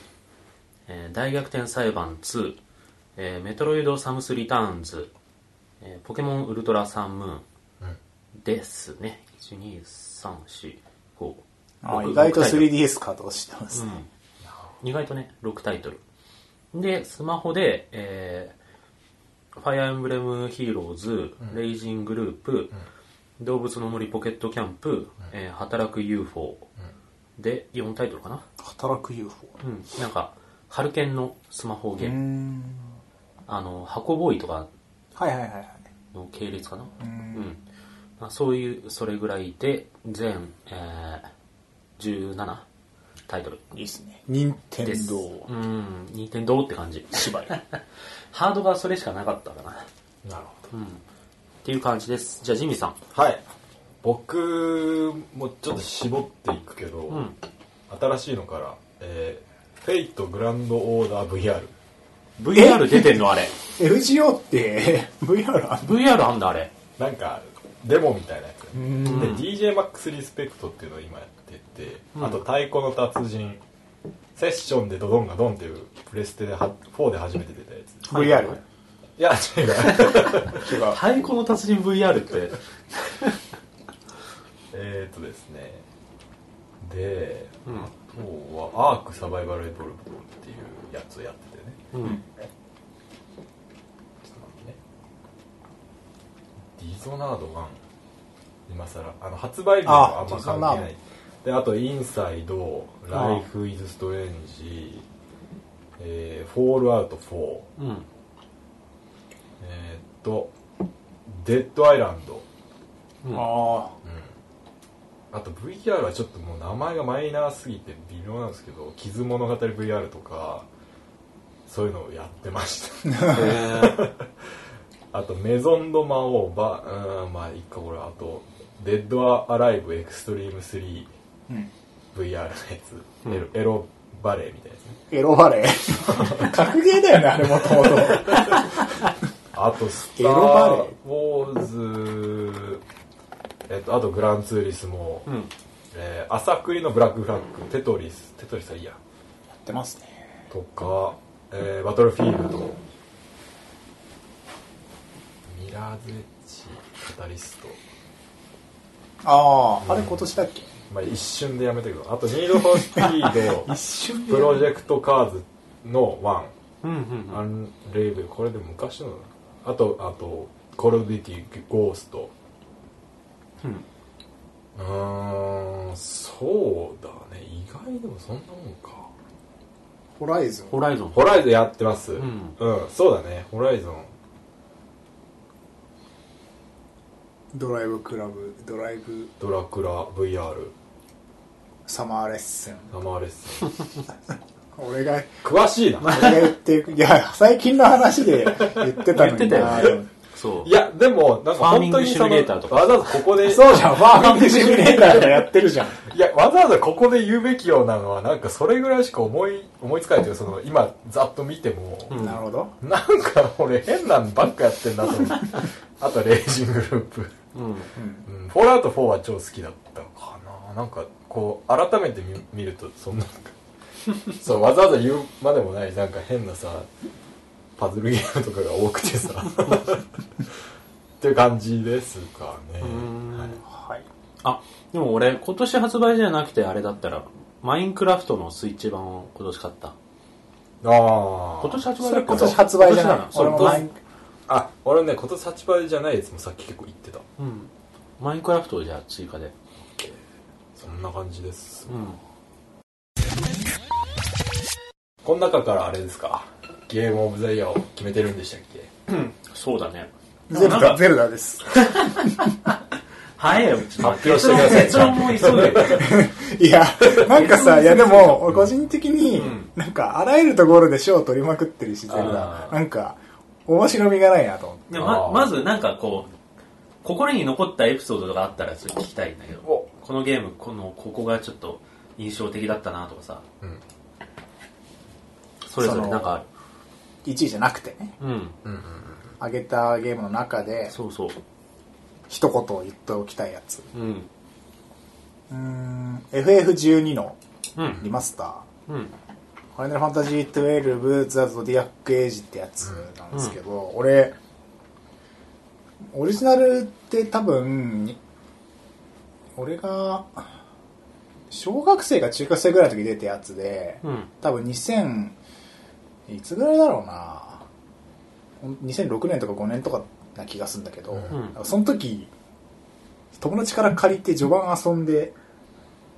A: えー、大逆転裁判2、えー、メトロイドサムスリターンズ、えー、ポケモンウルトラサンムーン、ですね。1、2、3、4、5。
B: あ
A: 6
B: 意
A: 6
B: 外と
A: タイトル
B: 3DS 稼働してますね。
A: 意外とね6タイトルでスマホで、えー、ファイアーエンブレムヒーローズ」レイジングループ」動物の森ポケットキャンプ」えー働く UFO」で4タイトルかな
B: 働く UFO。
A: うんなんかハルケンのスマホゲ
B: う
A: ー
B: ー
A: ム、
B: ん。
A: あの箱ボーイとか
B: はいはいはいはい。
A: の系列かな
B: うー
A: う
B: ん。
A: んまあ、そういうそれぐらいで全、えー、17タイトル
B: いいっすね。任天
A: です。
B: 堂。
A: うん、任天堂って感じ。芝居。ハードがそれしかなかったかな。
C: なるほど
A: っていう感じです。じゃあ、ジミーさん。
C: はい僕もちょっと絞っていくけど、
A: ん
C: 新しいのから、えーフェイトグランドオーダー VR
A: VR 出てんのあれ。
B: FGO って VR あんの
A: VR あんだあれ。
C: なんかデモみたいなやつ、
B: ん
C: で DJMAX リスペクトっていうのを今やってて、
A: うん
C: あと「太鼓の達人」セッションでドドンガドンっていうプレステでは4で初めて出たやつ
B: VR?
A: はい
C: いや違う
B: 違 う。
A: 太鼓の達人 VR って。
C: えーっとですねで、
A: うん
C: あとはアークサバイバルエボルブっていうやつをやっててね
A: うん。
C: ちょっと待ってねディゾナード1今更あの発売日はあんま関
B: あディゾナ
C: 係な
B: ー
C: いであとインサイド「
A: ああ
C: Life is Strange」えー「フォールアウト4
A: うん。」
C: えーっと「デッドアイランド
A: うん
B: あ」
C: あと VR はちょっともう名前がマイナーすぎて微妙なんですけど「傷物語 VR」とかそういうのをやってましたあと「メゾンド・マオーバ」うーんまあいっかこれあと「デッド・アライブ・エクストリーム 3VR」
B: あ。うん。
C: のやつ、
A: うん
C: エロエロバレーみたいなやつね
B: エロバレ ー。格ゲーだよね、あれもともと。
C: あと「ス
B: エ
C: タ
B: ロバレ
C: ー・ウォーズ」えっとあと「グランツーリスモ」
A: うん。
C: えー朝栗のブラックフラッグ」「テトリス」「テトリスはいいや」
B: やってますね。
C: とか、えーバトルフィールドミラーズエッジカタリスト、
B: ああ、あれ今年だっけ
C: まあ、一 瞬でやめたけどあとニードフォースピード
B: 一瞬
C: プロジェクトカーズの1
D: うんうん
C: アンレイブルこれでも昔のだなあとあとコールオブデューティーゴースト
D: うん
C: うーんそうだね意外でもそんなもんか
B: ホライズン。
D: ホライゾン
C: ホライゾンやってますうんん、そうだねホライゾン
B: ドライブクラブ、ドライブ
C: ドラクラ VR
B: サマーレッスン。
C: 生レッスン
B: 俺が、
C: 詳しいな
B: 俺が言っていや、最近の話で言ってた
D: 言
B: の
D: って
B: に
D: た
B: な
D: よねそう
C: いやでもなんか本当
D: ファー
C: に
D: ミングシミ
C: そ
D: ュレーターと
C: の
D: か
C: わざわざここ で
B: そうじゃん、ファーミングシミュレーターがやってるじゃん。
C: いやわざわざここで言うべきようなのはなんかそれぐらいしか思い思いつかないというかその今ざっと見ても、
D: うん
B: なるほど。
C: なんか俺変なのばっかやってんなと思 ってあとレイジングループ、
D: うん
B: うん。
C: うん、フォールアウト4は超好きだったかななんかこう改めて見見るとそん ななんかそうわざわざ言うまでもないなんか変なさパズルゲームとかが多く てさっていう感じですかね
D: ん
C: はい
B: はい。
A: あ、でも俺、今年発売じゃなくてあれだったら、マインクラフトのスイッチ版を今年買った。
C: ああ
A: 今年発売
B: そ
A: だ
B: れ
A: っけ
B: 今年発売じゃない
A: 今年。
B: 俺も
A: そう
B: マイ
A: 今
B: ン
A: 年
C: あ俺ね今年発売じゃないやつもさっき結構言ってた
A: うん。マインクラフトをじゃあ追加で。
C: そんな感じです
A: うん。
C: この中からあれですかゲームオブザイヤーを決めてるんでしたっけ
A: そうだね。
B: ゼルダ、ゼルダです。
D: 早いよ、ちょっと待って
C: 発表してください
D: 結論も急ぐよ。
B: いや、なんかさ、いやでも、俺個人的に、なんか、あらゆるところで賞を取りまくってるし、ゼルダ
C: あ。ー
B: なんか、面白みがないなと思って。
D: で
C: あ
D: ま
C: ー
D: まずなんかこう心に残ったエピソードとかあったらちょっと聞きたいんだけど
C: お
D: このゲームこのここがちょっと印象的だったなとかさ
C: うん
D: それぞれ
B: その
D: なんかある
B: 1位じゃなくてね、
D: うん
C: うんうん
B: あげたゲームの中で、
D: そうそう
B: 一言を言っておきたいやつ。
D: うん
B: うーん、FF12 の
D: うん
B: リマスター。
D: うん
B: ファイナルファンタジー12ザ・ゾディアック・エイジってやつなんですけど、俺オリジナルって多分に俺が小学生か中学生ぐらいの時に出たやつで、
D: うん
B: 多分2000いつぐらいだろうなほん2006年とか5年とかな気がするんだけど、
C: うん
B: なんかその時友達から借りて序盤遊んで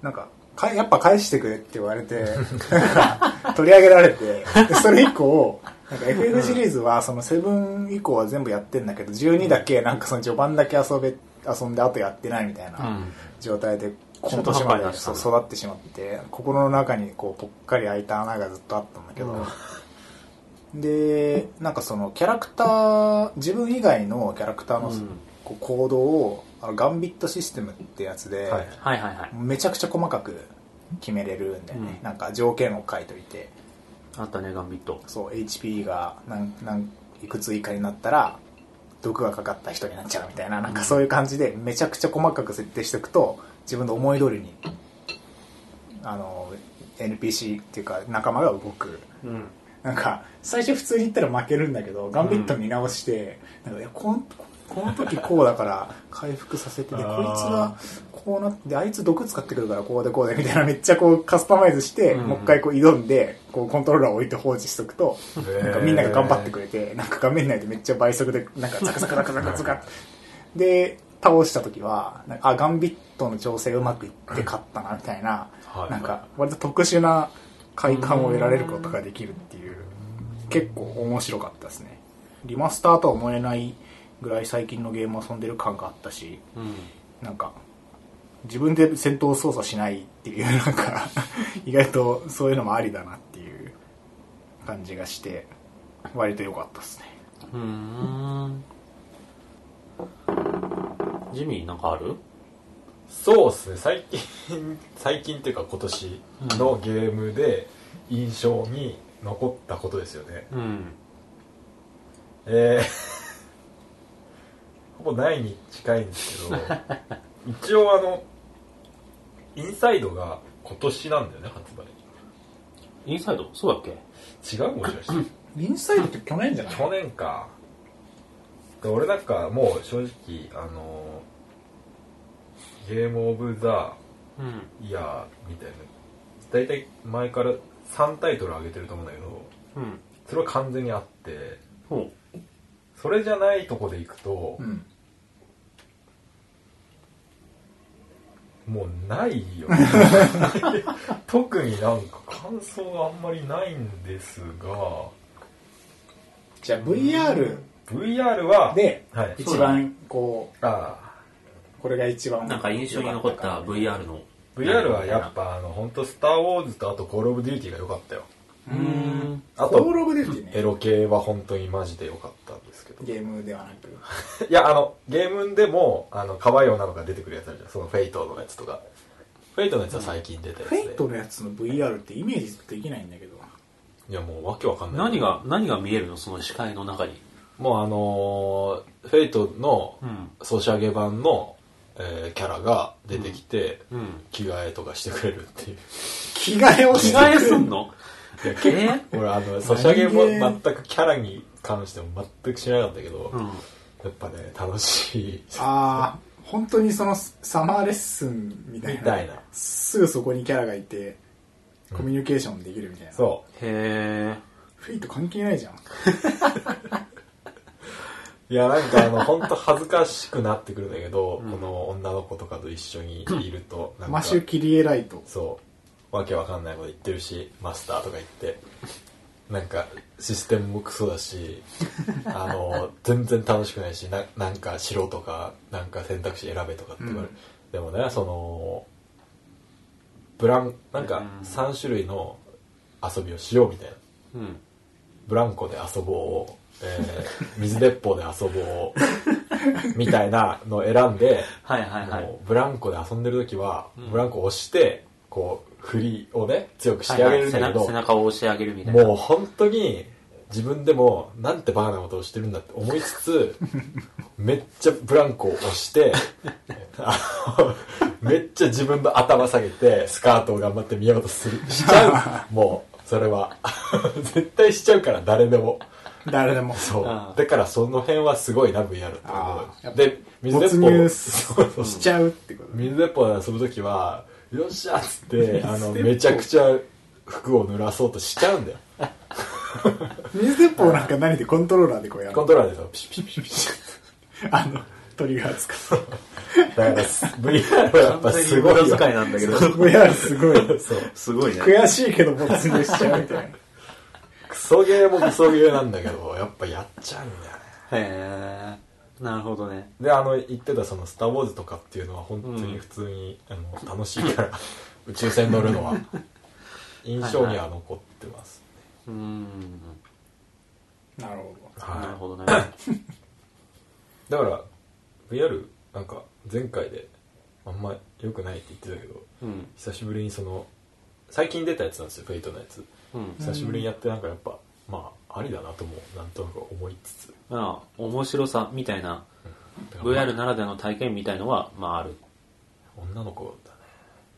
B: なんかかやっぱ返してくれって言われて取り上げられてでそれ以降なんか FF シリーズはその7以降は全部やってんだけど12だけなんかその序盤だけ遊べ遊んであとやってないみたいな、
D: うん
B: 状態でこの年までそう育ってしまって心の中にこうぽっかり開いた穴がずっとあったんだけど、でなんかそのキャラクター自分以外のキャラクターの
D: うん
B: こう行動をあのガンビットシステムってやつで、
C: はい
D: はいはいはい
B: めちゃくちゃ細かく決めれるんだよね、
D: うん
B: なんか条件を書いといて
D: あったねガンビット
B: そう HP がなんなんいくつ以下になったら毒がかかった人になっちゃうみたいななんかそういう感じでめちゃくちゃ細かく設定しておくと自分の思い通りにあの NPC っていうか仲間が動く
D: うん
B: なんか最初普通に言ったら負けるんだけど、ガンビット見直してなんかいやこんこの時こうだから回復させてでこいつ
C: あー
B: がこうなってあいつ毒使ってくるからこうでこうでみたいなめっちゃこうカスタマイズして、
D: うん
B: もう一回こう挑んでこうコントローラーを置いて放置しとくとなんかみんなが頑張ってく
C: れ
B: れて、なんか画面内でめっちゃ倍速で、なんかザクザクザクザクザクって。で、倒した時は、なんかあ、ガンビットの調整うまくいって勝ったな、みたいな、
C: はい
B: なんか、割と特殊な快感を得られることができるっていう、結構面白かったですね。リマスターとは思えないぐらい最近のゲームを遊んでる感があったし、
D: うん
B: なんか、自分で戦闘操作しないっていう、 なんか、意外とそういうのもありだなっていう感じがして、割と良かったですね。
D: うーんジミーなんかある
C: そうっすね最近 最近っていうか今年のゲームで印象に残ったことですよね
D: うん
C: えー ほぼないに近いんですけど一応あのインサイドが今年なんだよね発売
D: インサイドそうだっけ
C: 違うもしかして
B: インサイドって去年じゃない
C: 去年かで俺なんかもう正直あのゲームオブザ
D: うん
C: イヤーみたいな大体前から3タイトル上げてると思うんだけど
D: うん
C: それは完全にあって
A: ほ
C: それじゃないとこで行くと
B: う、ん。
C: もうないよ 特になんか感想があんまりないんですが
B: じゃあ VR
C: VR は
B: で
C: はい、
B: 一番こ
C: あ
B: う、これが一番。
A: うなんか印象に残った。VR の
C: VR はやっぱあの本当スター・ウォーズ」とあと「コール・オブ・デューティー」が良かったよ
A: うーん
C: あ
B: コール
C: と
B: オブデューテ
C: エ
B: ィね。
C: ロ系は本当にマジで良かったんですけど
B: ゲームではなく。
C: いやあのゲームでもあの可愛い女の子が出てくるやつあるじゃんそのフェイトのやつとかフェイトのやつは最近出たやつ
B: フ
C: で
B: ェイトのやつの VR ってイメージできないんだけど。
C: いやもうわけわかんない
A: 何が何が見えるのその視界の中に
C: もうあのーフェイトの
A: うん
C: ソシャゲ版の、えーキャラが出てきて、
A: うん
C: 着替えとかしてくれるっていう
B: 着替えを
A: 着
B: し
A: 替え
B: て
A: すんの えー
C: 俺あのソシャゲも
B: 何で
C: 全くキャラに関しても全く知らなかったけど、
A: う
C: や
A: ん
C: っぱね楽しい
B: ああ、本当にそのサマーレッスンみたい
C: み
B: な。
C: たいな
B: すぐそこにキャラがいて、コミュニケーションできるみたいな。
C: そ
A: へ
B: フェイト関係ないじゃん。
C: ういやなんかあの 本当恥ずかしくなってくるんだけど、この女の子とかと一緒 にいるとなん
B: マ
C: か
B: シュキリエライト。
C: そうわけわかんないこと言ってるしマスターとか言ってなんかシステムもクソ だしあの全然楽しくないしななんかしろとかなんか選択肢選べとかって言われる、でもねそのブランなんか3種類の遊びをしようみたいな
A: えうん
C: ブランコで遊ぼう、えー水鉄砲で遊ぼうみたいなのを選んで
A: はいはいはい
C: もうブランコで遊んでる時は、ブランコを押してこう振りをね強くしてあげるんだけ
A: はいはい背中
C: ど、
A: 背中を押してあげるみたいな
C: もう本当に自分でもなんてバカなことをしてるんだって思いつつめっちゃブランコを押してあのめっちゃ自分の頭下げてスカートを頑張って見ようとするしちゃうもうそれは 絶対しちゃうから誰でも。
B: 誰でも。
C: そう
A: ああ
C: だからその辺はすごいな VR って
B: ああやっぱ
C: 思うで水鉄
B: 没入
C: 砲
B: す
C: そうそう
B: しちゃうってことね。
C: 水鉄砲で遊ぶ時はよっしゃっつってあのめちゃくちゃ服を濡らそうとしちゃうんだよ
B: 水鉄砲なんか何でコントローラーでこうやる
C: コン
B: の
C: トローラーでさピシピシピシピシ
B: あの、トリガー使う。
C: だから VR はやっぱすごい
A: 無
C: よ
A: 駄遣いなんだけど
B: VR すごい。
C: そう
A: すごいね
B: 悔しいけど没入しちゃうみたいな。
C: クソゲーもクソゲーなんだけどやっぱやっちゃうんだよね
A: へえなるほどね
C: であの言ってたその「スター・ウォーズ」とかっていうのは本当に普通に、あの楽しいから宇宙船乗るのは印象には残ってます
A: うーん
B: なるほど。
C: はい
A: なるほどね
C: だから VR なんか前回であんま良くないって言ってたけど
A: うん
C: 久しぶりにその最近出たやつなんですよフェイトのやつ
A: うん
C: 久しぶりにやってなんかやっぱまあありだなともなんとなく思いつつ
A: まあ面白さみたいな
C: だからまあ
A: VR ならではの体験みたいのはまああるっ
C: 女の子だ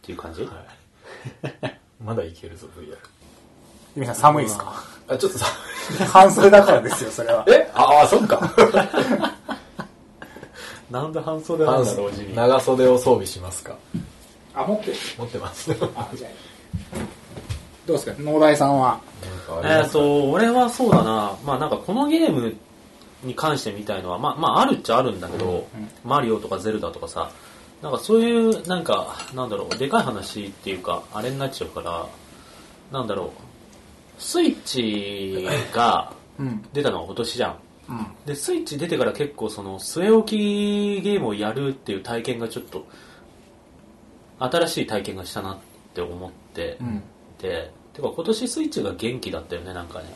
A: ていう感じ、
C: ねはいまだいけるぞ VR
B: ゆみさん寒いですか
C: あちょっとさ
B: 半袖だからですよ、それは。
C: えああそっ か
A: なんで半袖
C: あ
A: なんだろう地味
C: 長袖を装備しますか
B: あ、持ってる。
C: 持ってます なんか
B: あ、じゃあどうですか農大さんは。
C: あり
A: え
C: ま
A: っ
C: すか
A: と俺はそうだなまあなんかこのゲームに関してみたいのはまあまああるっちゃあるんだけど、マリオとかゼルダとかさなんかそういうなんかなんだろうでかい話っていうかあれになっちゃうからなんだろうスイッチが
B: うん。
A: 出たのは今年じゃん
B: うん。
A: でスイッチ出てから結構その据え置きゲームをやるっていう体験がちょっと新しい体験がしたなって思って、
B: うん。
A: でてか今年スイッチが元気だったよねなんかね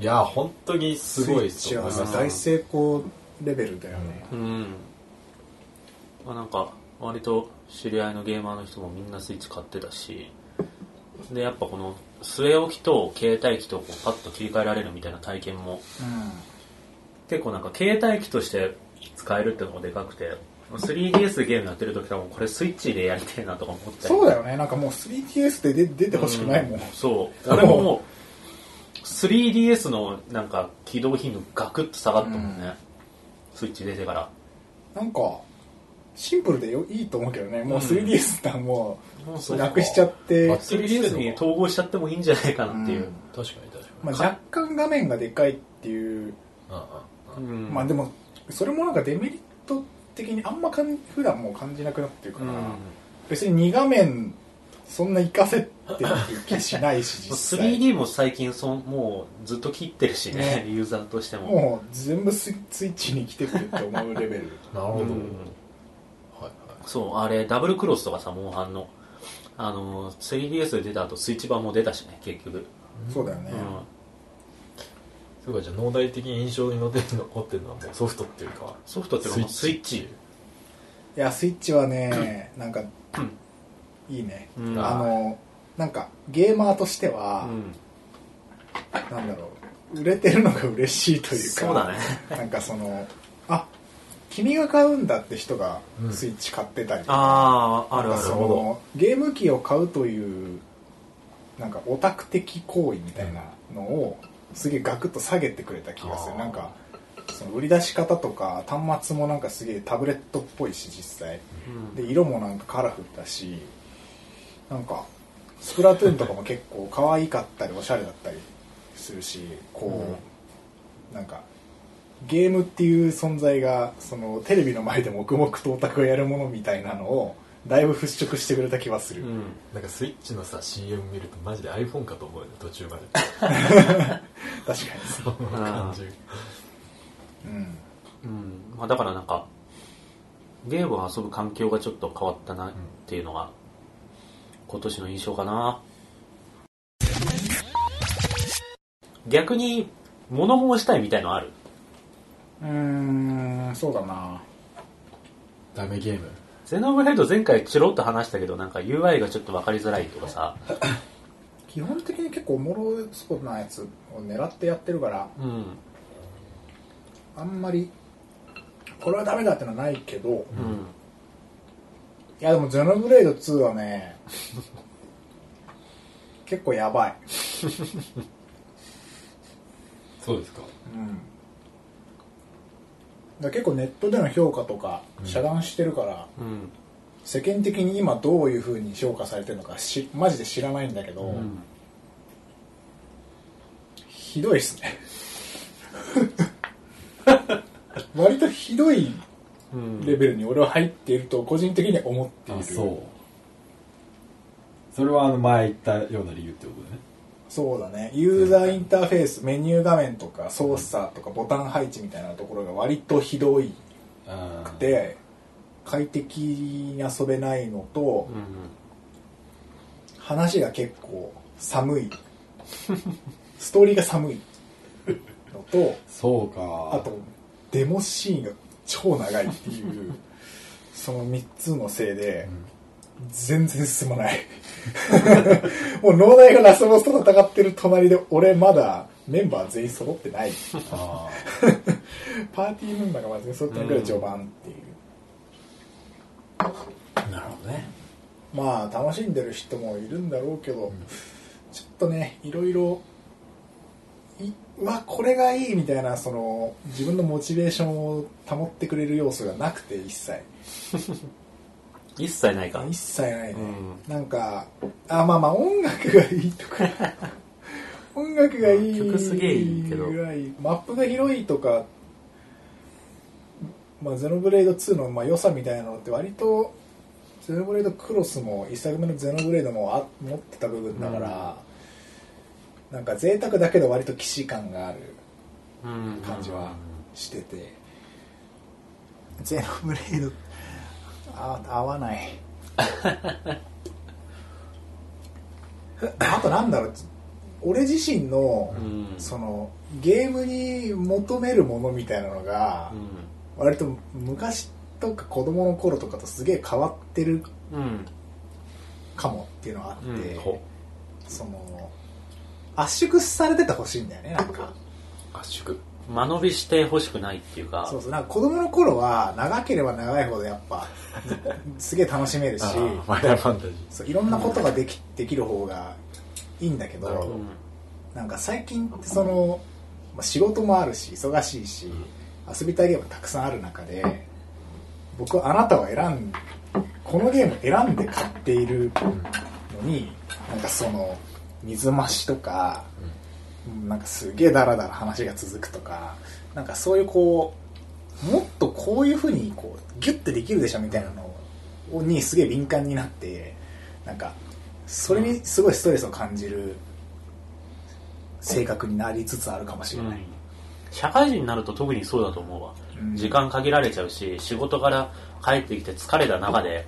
C: いや本当にすごい
B: スイ
C: と
B: ッ
C: 思い
B: チは
C: ます
B: 大成功レベルだよね。
A: うん、まあ、なんか割と知り合いのゲーマーの人もみんなスイッチ買ってたしでやっぱこの据え置きと携帯機とこうパッと切り替えられるみたいな体験も結構なんか携帯機として使えるってのもでかくて 3DS ゲームやってる時多分これスイッチでやりたいなとか思ったり
B: そうだよね。なんかもう 3DS で出出てほしくないもん。
A: そう俺ももう 3DS のなんか起動頻度ガクッと下がったもんね、
B: う
A: スイッチ出てから
B: なんか、シンプルでよいいと思うけどね。もううん 3DS っても、
A: もうそうう
B: なくしちゃって。
C: バッテリー
A: 3DS に統合しちゃってもいいんじゃないかなっていう、
B: うん
C: 確かに確かに
B: まあ、若干画面がでかいっていう、
C: うんうんうん
D: うん
B: まあでもそれもなんかデメリット的にあんまかん普段もう感じなくなってるから、別に2画面そんな活かせてる気しないし実際
A: 3D も最近そんもうずっと切ってるしね
B: ね
A: ユーザーとしても
B: もう全部スイスイッチに来てくれって思うレ ベル
C: なるほど、
A: うん
C: はい
A: そうあれダブルクロスとかさモンハンのあの 3DS で出た後スイッチ版も出たしね結局、
B: そうだよね、
A: うん
C: そうかじゃあ脳内的印象に残ってるの残ってるのはもうソフトっていうか
A: ソフトっていうかもうスイッチ
B: いやスイッチはねなんかいいね、
A: うん
B: あのなんかゲーマーとしては、
A: うん
B: なんだろう売れてるのが嬉しいというか
A: そうだね
B: なんかそのあ君が買うんだって人が
C: うん
B: スイッチ買ってたりとか、
D: ああある
B: な
D: あ
B: んか
D: る
B: そのゲーム機を買うというなんかオタク的行為みたいなのをすげえガクッと下げてくれた気がす
C: あ
B: る
C: ー
B: なんかその売り出し方とか端末もなんかすげえタブレットっぽいし実際
A: うん
B: で色もなんかカラフルだしなんかスプラトゥーンとかも結構可愛かったりおしゃれだったりするしこう、なんかゲームっていう存在がそのテレビの前で黙々とオタクがやるものみたいなのをだいぶ払拭してくれた気はする、
A: うん
C: なんかスイッチのさ CM 見るとマジで iPhone かと思うよね途中 まで
B: 確か
C: そんな感じ
B: に、う
A: う
B: ん、
A: んまあ、だからなんかゲームを遊ぶ環境がちょっと変わったなっていうのが、今年の印象かな逆に物申したいみたいのある
B: うーんそうだな
C: ダメゲーム
A: ゼノブレード前回チロッと話したけどなんか UI がちょっと分かりづらいとかさ、
B: 基本的に結構おもろそうなやつを狙ってやってるから
A: うん
B: あんまりこれはダメだってのはないけど、
A: うん、
B: いやでもゼノブレイド2はね結構やばい、
C: そうですか
B: うん、だ結構ネットでの評価とか
C: うん
B: 遮断してるから、
A: うん
B: 世間的に今どういう風に評価されてるのかしマジで知らないんだけど、
A: うん
B: ひどいっすね 割とひどい
A: うん
B: レベルに俺は入っていると個人的に思っている
C: それはあの前言ったような理由ってことだね
B: そうだねユーザーインターフェース、メニュー画面とか操作とかボタン配置みたいなところが割とひどい
C: あ
B: で快適に遊べないのと
A: うん
B: 話が結構寒いストーリーが寒いのと
C: そうか
B: あとデモシーンが超長いっていう その3つのせいで全然進まない もう脳内がラスボスと戦ってる隣で俺まだメンバー全員揃ってない
C: あ
B: パーティーメンバーがまだ全員揃ってないぐらい序盤っていう、
C: あなるほどね
B: まあ楽しんでる人もいるんだろうけど、ちょっとねいろいろいうわこれがいいみたいなその自分のモチベーションを保ってくれる要素がなくて一切
A: 一切ないか
B: 一切ないね、
A: う
B: なんかあまあまあ音楽がいいと か音楽がいい
A: 曲すげえいいけど
B: ぐらいマップが広いとかまあ、ゼノブレイド2のまあ良さみたいなのって割とゼノブレイドクロスも一作目のゼノブレイドもあ持ってた部分だから、なんか贅沢だけど割と既視感がある
A: うん
B: 感じはしてて、ゼノブレイドあ合わない あとなんだろう俺自身の、
A: うん
B: そのゲームに求めるものみたいなのが、割と昔とか子供の頃とかとすげえ変わってる
A: うんうん
B: かもっていうのがあって、
A: うんほ
B: その圧縮されててほしいんだよねなんか
C: 圧縮
A: 間延びしてほしくないっていうか
B: そうそうなんか子供の頃は長ければ長いほどやっ ぱすげえ楽しめるし
C: あーファイナルファンタジ
B: そういろんなことができできる方がいいんだけど
C: なるほど
A: うん
B: なんか最近ってその、まあ、仕事もあるし忙しいし、遊びたいゲームたくさんある中で僕はあなたは選んこのゲーム選んで買っているのになんかその水増しとか、なんかすげえダラダラ話が続くとか、なんかそういうこう、もっとこういうふうにこう、ギュッてできるでしょみたいなのにすげえ敏感になって、なんか、それにすごいストレスを感じる性格になりつつあるかもしれない。
A: 社会人になると特にそうだと思うわ、
B: うん
A: 時間限られちゃうし仕事から帰ってきて疲れた中で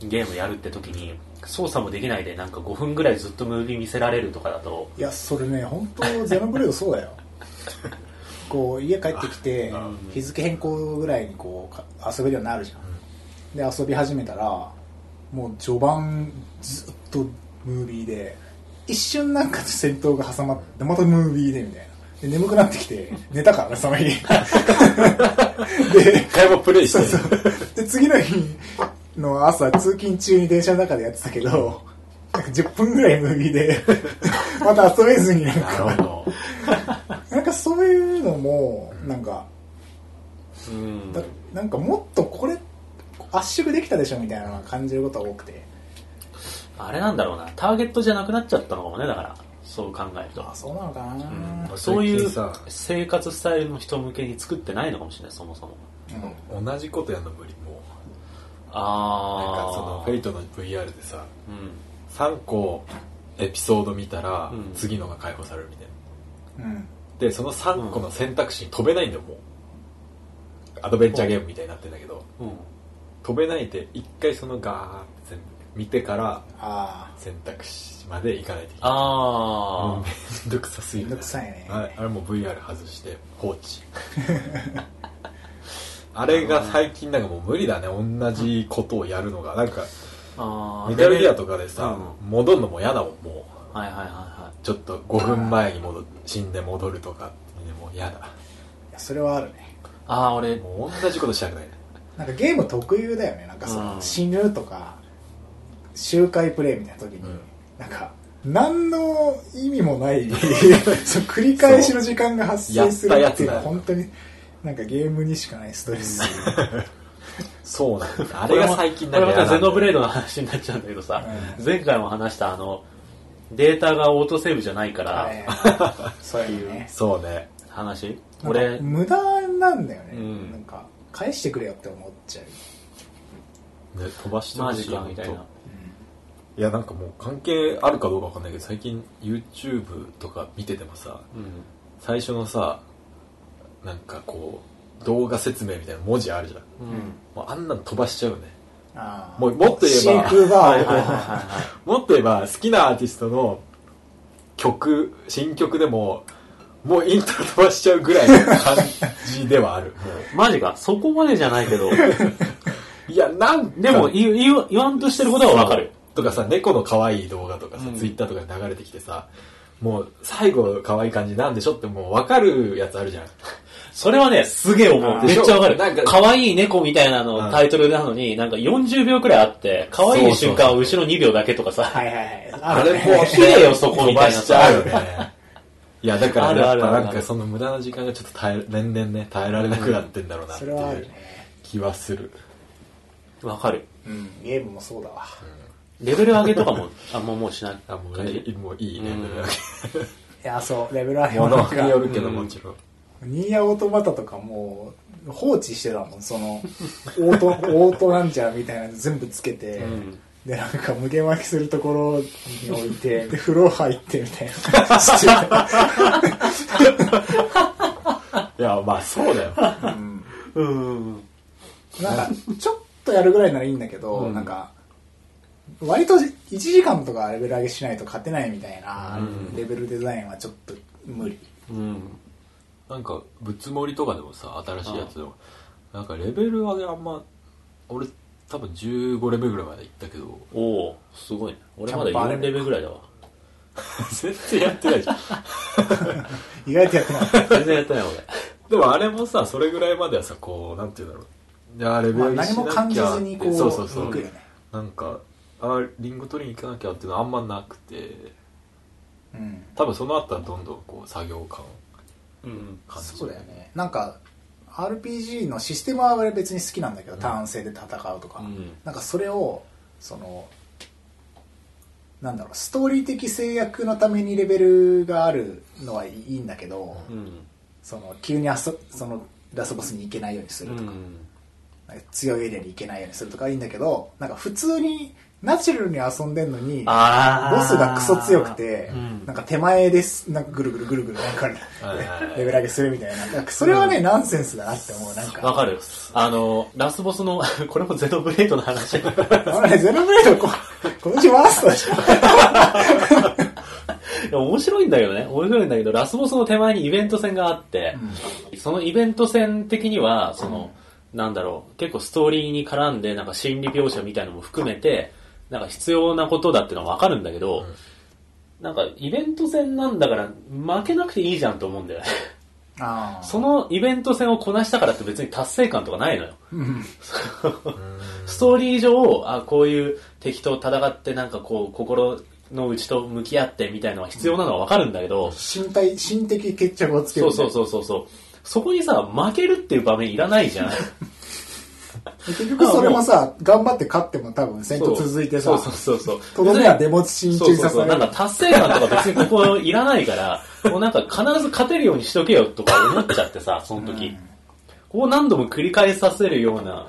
A: ゲームやるって時に操作もできないでなんか5分ぐらいずっとムービー見せられるとかだと
B: いや、それね、本当ゼノブレードそうだ よ。こう、家帰ってきて、日付変更ぐらいにこう、か遊べるようになるじゃん。で、遊び始めたら、もう序盤ずっとムービーで、一瞬なんか戦闘が挟まって、またムービーでみたいな。で、眠くなってきて、寝たからね、その 日。で、
C: 一回もプレイしてない
B: で次の日の朝通勤中に電車の中でやってたけどなんか10分ぐらいムービー でまた遊べずになん
A: なる
B: か
A: ほど
B: なんかそういうのもなんか、
A: うん
B: だなんかもっとこれ圧縮できたでしょみたいなのは感じることが多くて
A: あれなんだろうなターゲットじゃなくなっちゃったのかもねだからそう考えると
B: あそうなのかな、
A: うんそういう
C: 最近さ
A: 生活スタイルの人向けに作ってないのかもしれないそもそも
C: 同じことやんの無理もうなんかその
A: ああ
C: フェイトの VR でさ3個エピソード見たら、
A: うん
C: 次のが解放されるみたいな
B: うん、うん
C: でその3個の選択肢に飛べないんだよもうアドベンチャーゲームみたいになってんだけど
A: うん、うん
C: 飛べないで一回そのガーって全部見てから
B: あ
C: 選択肢まで行かないといけない
A: あ
C: もうめんどくさすぎ
B: め
C: る
B: んどくさいね
C: あれあれもう VR 外して放 置あれが最近なんかもう無理だね同じことをやるのがなんか
A: あああ
C: メタルギアとかでさ
A: う
C: 戻るのも嫌だもんもう
A: はいはいはいは
C: ちょっと5分前に戻死んで戻るとかでもう嫌だ
B: いやそれはあるね
A: いああ俺
C: もう同じことしたくない
B: なんかゲーム特有だよねなんかその、
A: うん
B: 死ぬとか周回プレイみたいな時に、
C: うん
B: なんか何の意味もないそう繰り返しの時間が発生するっていうのは
C: そうや
B: 本当になんかゲームにしかないストレス、
C: そうなんだあ
A: あ
C: れが最近
A: だ
C: だ
A: これ
C: け
A: またゼノブレー
C: ド
A: ドの話になっちゃうんだけどさ、
B: うん
A: 前回も話したあのデータがオートセーブじゃないから
B: えーそういうね
C: そうね
A: 話
B: なんか
A: 俺
B: 無駄なんだよね、
A: うん
B: なんか返してくれよって思っちゃう、
C: ね飛ばしてほ
A: マ
C: し
A: ジ
C: い
A: かみたい
C: ほん
A: な
C: といやなんかもう関係あるかどうかわかんないけど最近 YouTube とか見ててもさ
A: うん
C: 最初のさなんかこう動画説明みたいな文字あるじゃん
A: うん
C: もうあんなの飛ばしちゃうよね
B: あー
C: もうもっと言
B: シ
C: え
B: ー
C: ば
B: クバ
A: は
B: ー
A: い
B: を
A: はいはいはい
C: もっと言えば好きなアーティストの曲新曲でももうイントロ飛ばしちゃうぐらいの感じ ではあるも
A: マジかそこまでじゃないけど
C: ういやなんか
A: でも言う言う言わんとしてることはわかる
C: とかさ猫の可愛い動画とかさ、
A: うん
C: ツイッターとかで流れてきてさもう最後可愛い感じなんでしょってもう分かるやつあるじゃん
A: それはね、すげえ思う。
B: あー
A: めっちゃわかる。
C: なんか
A: 可愛い猫みたいなの
C: うん
A: タイトルなのに、なんか40秒くらいあって、可愛い瞬間は後ろ2秒だけとかさ。
B: はいはいはい
C: あ
B: る
C: れ
B: ね
C: もう
A: 綺麗よそこみたいな
C: 飛ばしちゃうよね。 いや、だから
A: あ
C: やっ
A: るあ
C: ぱ
A: るあ
C: な
A: る
C: んかその無駄な時間がちょっと耐え、年々ね、耐えられなくなってんだろうなって
B: それはある
C: いう
B: ね、
C: 気はする。
A: わかる。
B: うん、ゲームもそうだわ
A: レベル上げとかも、あんまもうしない
C: あ、もう
A: 感
C: ね
A: じ。
C: もういいね
A: うん。
B: いやそうレベル上げ
C: も
B: はなん
C: のに
B: か
C: よるけどもちろん。
B: ニーヤオートバタとかもう放置してたもん、その、 オート、オートなんちゃらみたいなの全部つけて、
A: ん
B: で、なんか無限巻きするところに置いて、で、風呂入ってみたいな感じして た。
C: いや、まあそうだよ。
B: うん
A: うん。
B: なんか、ちょっとやるぐらいならいいんだけど、
A: うん
B: なんか、割と1時間とかレベル上げしないと勝てないみたいな
A: うん
B: レベルデザインはちょっと無理。
A: うん。
C: なんか、ぶつもりとかでもさ、新しいやつでも、なんかレベル上げあんま、俺多分15レベルぐらいまで行ったけど、
A: おおすごいね。俺まだ4レベルぐらいだわ。
C: 全然やってないじゃん。
B: 意外とやってない。
A: 全然やってない
C: でもあれもさ、それぐらいまではさ、こう、なんて言うんだろう。いや、レベ
B: まあ
C: ル上げ
B: 何
C: しな
B: も
C: きゃ
B: 感じずにこう、
C: そうそうそう。
B: 行くよね。
C: なんかあリンゴ取りに行かなきゃっていうのはあんまなくて
B: うん。
C: 多分その後はどんどんこう作業感を
A: 俺。うん。
C: 感じる
B: そうだよねなんか RPG のシステムは別に好きなんだけど、ターン制で戦うとか、
A: うん
B: なんかそれをそのなんだろうストーリー的制約のためにレベルがあるのはいいんだけど、
A: うん。
B: その急にあそそのラスボスに行けないようにするとか,、なんか強いエリアに行けないようにするとかはいいんだけどなんか普通にナチュラルに遊んでんのに
D: あー
B: ボスがクソ強くて、
D: うん
B: なんか手前ですなんかぐるぐるぐるぐるなんか
A: はい
B: レベル上げするみたいななんかそれはね、ナンセンスだなって思うなん
A: わ
B: か
A: かる。あの、ラスボスの、 これもゼロブレイドの 話。
B: あのねゼロブレードここのうちワーストでしょ
A: いや面白いんだけどね。面白いんだけど、ラスボスの手前にイベント戦があって、そのイベント戦的には、その、なんだろう、結構ストーリーに絡んで、なんか心理描写みたいのも含めて、なんか必要なことだってのはわかるんだけど、なんかイベント戦なんだから負けなくていいじゃんと思うんだよね。
B: あー
A: そのイベント戦をこなしたからって別に達成感とかないのよ。
B: うん
A: ストーリー上、あこういう敵と戦ってなんかこう、心の内と向き合ってみたいのは必要なのはわかるんだけど、
B: 身体心的決着をつける
A: そう
B: み
A: そ
B: たいな
A: うそうそうそう。そこにさ、負けるっていう場面いらないじゃん。
B: 結局それもさ頑張って勝っても多分戦闘続いてさ
A: そうそうそうそう。
B: とどめは出没進
A: そう
B: 駐
A: そう
B: させ
A: そう。
B: られ
A: なん
B: る
A: か達成感とか別にここいらない から、もうなんか必ず勝てるようにしとけよとか思っちゃってさ、その時。ここ何度も繰り返させるような、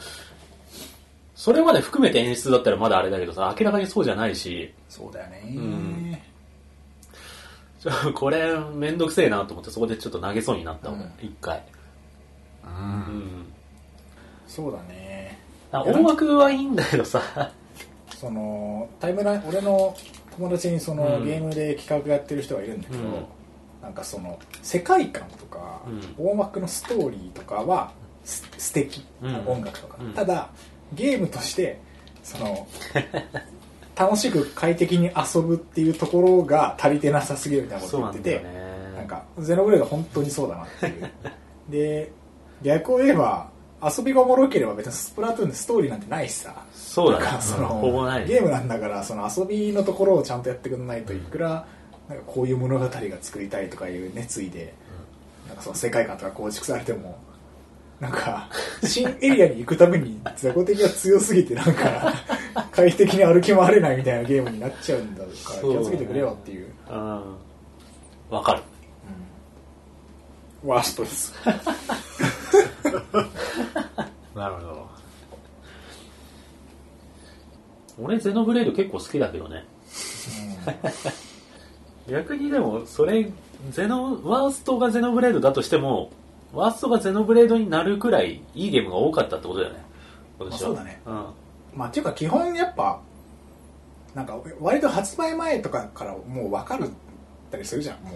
A: それまで含めて演出だったらまだあれだけどさ、明らかにそうじゃないし、
B: そうだよね、
A: んちょこれめんどくせえなと思ってそこでちょっと投げそうになった俺
B: うん、
A: 一回。うん。
B: そうだね
A: あ大枠はいいんだけどさ、
B: そのタイムライン俺の友達にその、
A: うん
B: ゲームで企画やってる人がいるんだけど、
A: うん
B: なんかその世界観とか、
A: うん
B: 大幕のストーリーとかはす素敵、
A: うん
B: 音楽とか、
A: うん
B: ただゲームとしてその楽しく快適に遊ぶっていうところが足りてなさすぎるみたいなこ
A: そ
B: と
A: う
B: 言
A: な
B: って
A: んだ
B: て
A: よね。
B: なんか、ゼログレード本当にそうだなっていう。で、逆を言えば、遊びがおもろければ別にスプラトゥーンでストーリーなんてないしさ。
A: そうだ
B: だか
A: ね
B: ら。その、
A: ほぼない。
B: ゲームなんだから、その遊びのところをちゃんとやってくんないと、いくら、なんかこういう物語が作りたいとかいう熱意で、なんかその世界観とか構築されても、なんか、新エリアに行くために、雑魚敵が強すぎて、なん か、快適に歩き回れないみたいなゲームになっちゃうんだから、気をつけてくれよっていう。
A: うん。わかる。
B: ワーストです。
C: なるほど。
A: 俺ゼノブレイド結構好きだけどね。逆にでも、それ、ゼノ、ワーストがゼノブレイドだとしても、ワーストがゼノブレイドになるくらいいいゲームが多かったってことだよね。今年は
B: あそうだね
A: うん。
B: まあ、っていうか基本やっぱなんか割と発売前とかからもう分かるったりするじゃんも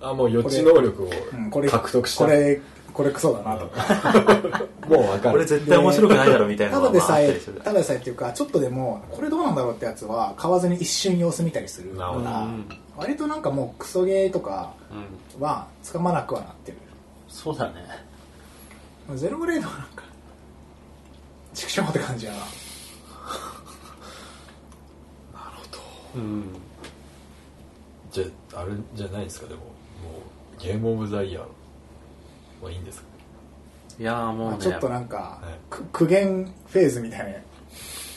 C: あ、もう予知能力を
B: う、うん、これ
C: 獲得した。
B: これこれクソだなとか、
C: もうわか
D: これ
C: る。
D: 絶対面白くないだろみたいな
B: た
D: の
B: だで
D: まあ
B: さ
D: あっ
B: え
D: たりする
B: ただでさえっていうかちょっとでもこれどうなんだろうってやつは買わずに一瞬様子見たりする
C: なる
B: か
C: ほど
B: ら
A: うん
B: 割となんかもうクソゲーとか
A: うん。
B: はつかまなくはなってる
A: そうだね。
B: ゼログレードはなんか畜生って感じやな
A: うん。
C: じゃ、あれじゃないですか、でも。もう、ゲームオブザイヤーはいいんですか
A: いやーもう
B: ま
A: ね
B: あ、ちょっとなんか
C: ね
B: く苦言フェーズみたい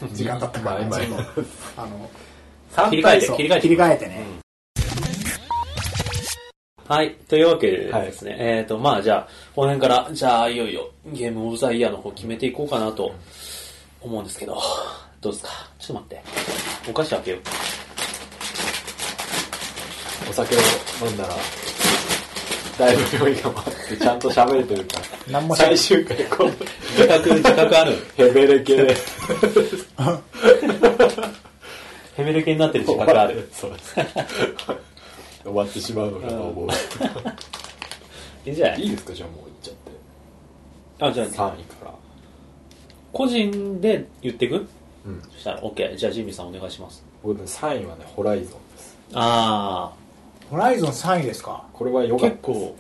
B: な時間経ったから、ね、
C: まあ
B: ちょ
C: 今
B: っとあ の
A: 切り替えて、
B: そう
A: 切り替えて。
B: 切り替えてね、
A: はい。というわけでですね、えっ、と、まあじゃあ、この辺から、じゃあ、いよいよ、ゲームオブザイヤーの方決めていこうかなと思うんですけど、どうですかちょっと待って。お菓子開けよう。
C: お酒を飲んだら、だいぶ料理が回って、ちゃんと喋れてるか
B: 何も
C: ら。
B: 喋れ
C: 最終回、こう、
A: 自 覚、自覚ある。
C: ヘベレ系で。
A: ヘメルケになってる自覚ある。。
C: そうです。終わってしまうのかと思う。
A: いいんじゃないい
C: いですか、じゃあもう行っちゃって。
A: あ、じゃあ、
C: 3位から。
A: 個人で言っていく
C: うん。
A: そしたら、OK。じゃあ、ジミーさんお願いします。
C: 僕ね、3位はね、ホライゾンです。
A: あ
B: ホライゾン3位ですか
C: これは良
A: ー、
C: かった
A: 結
C: です。
A: 構、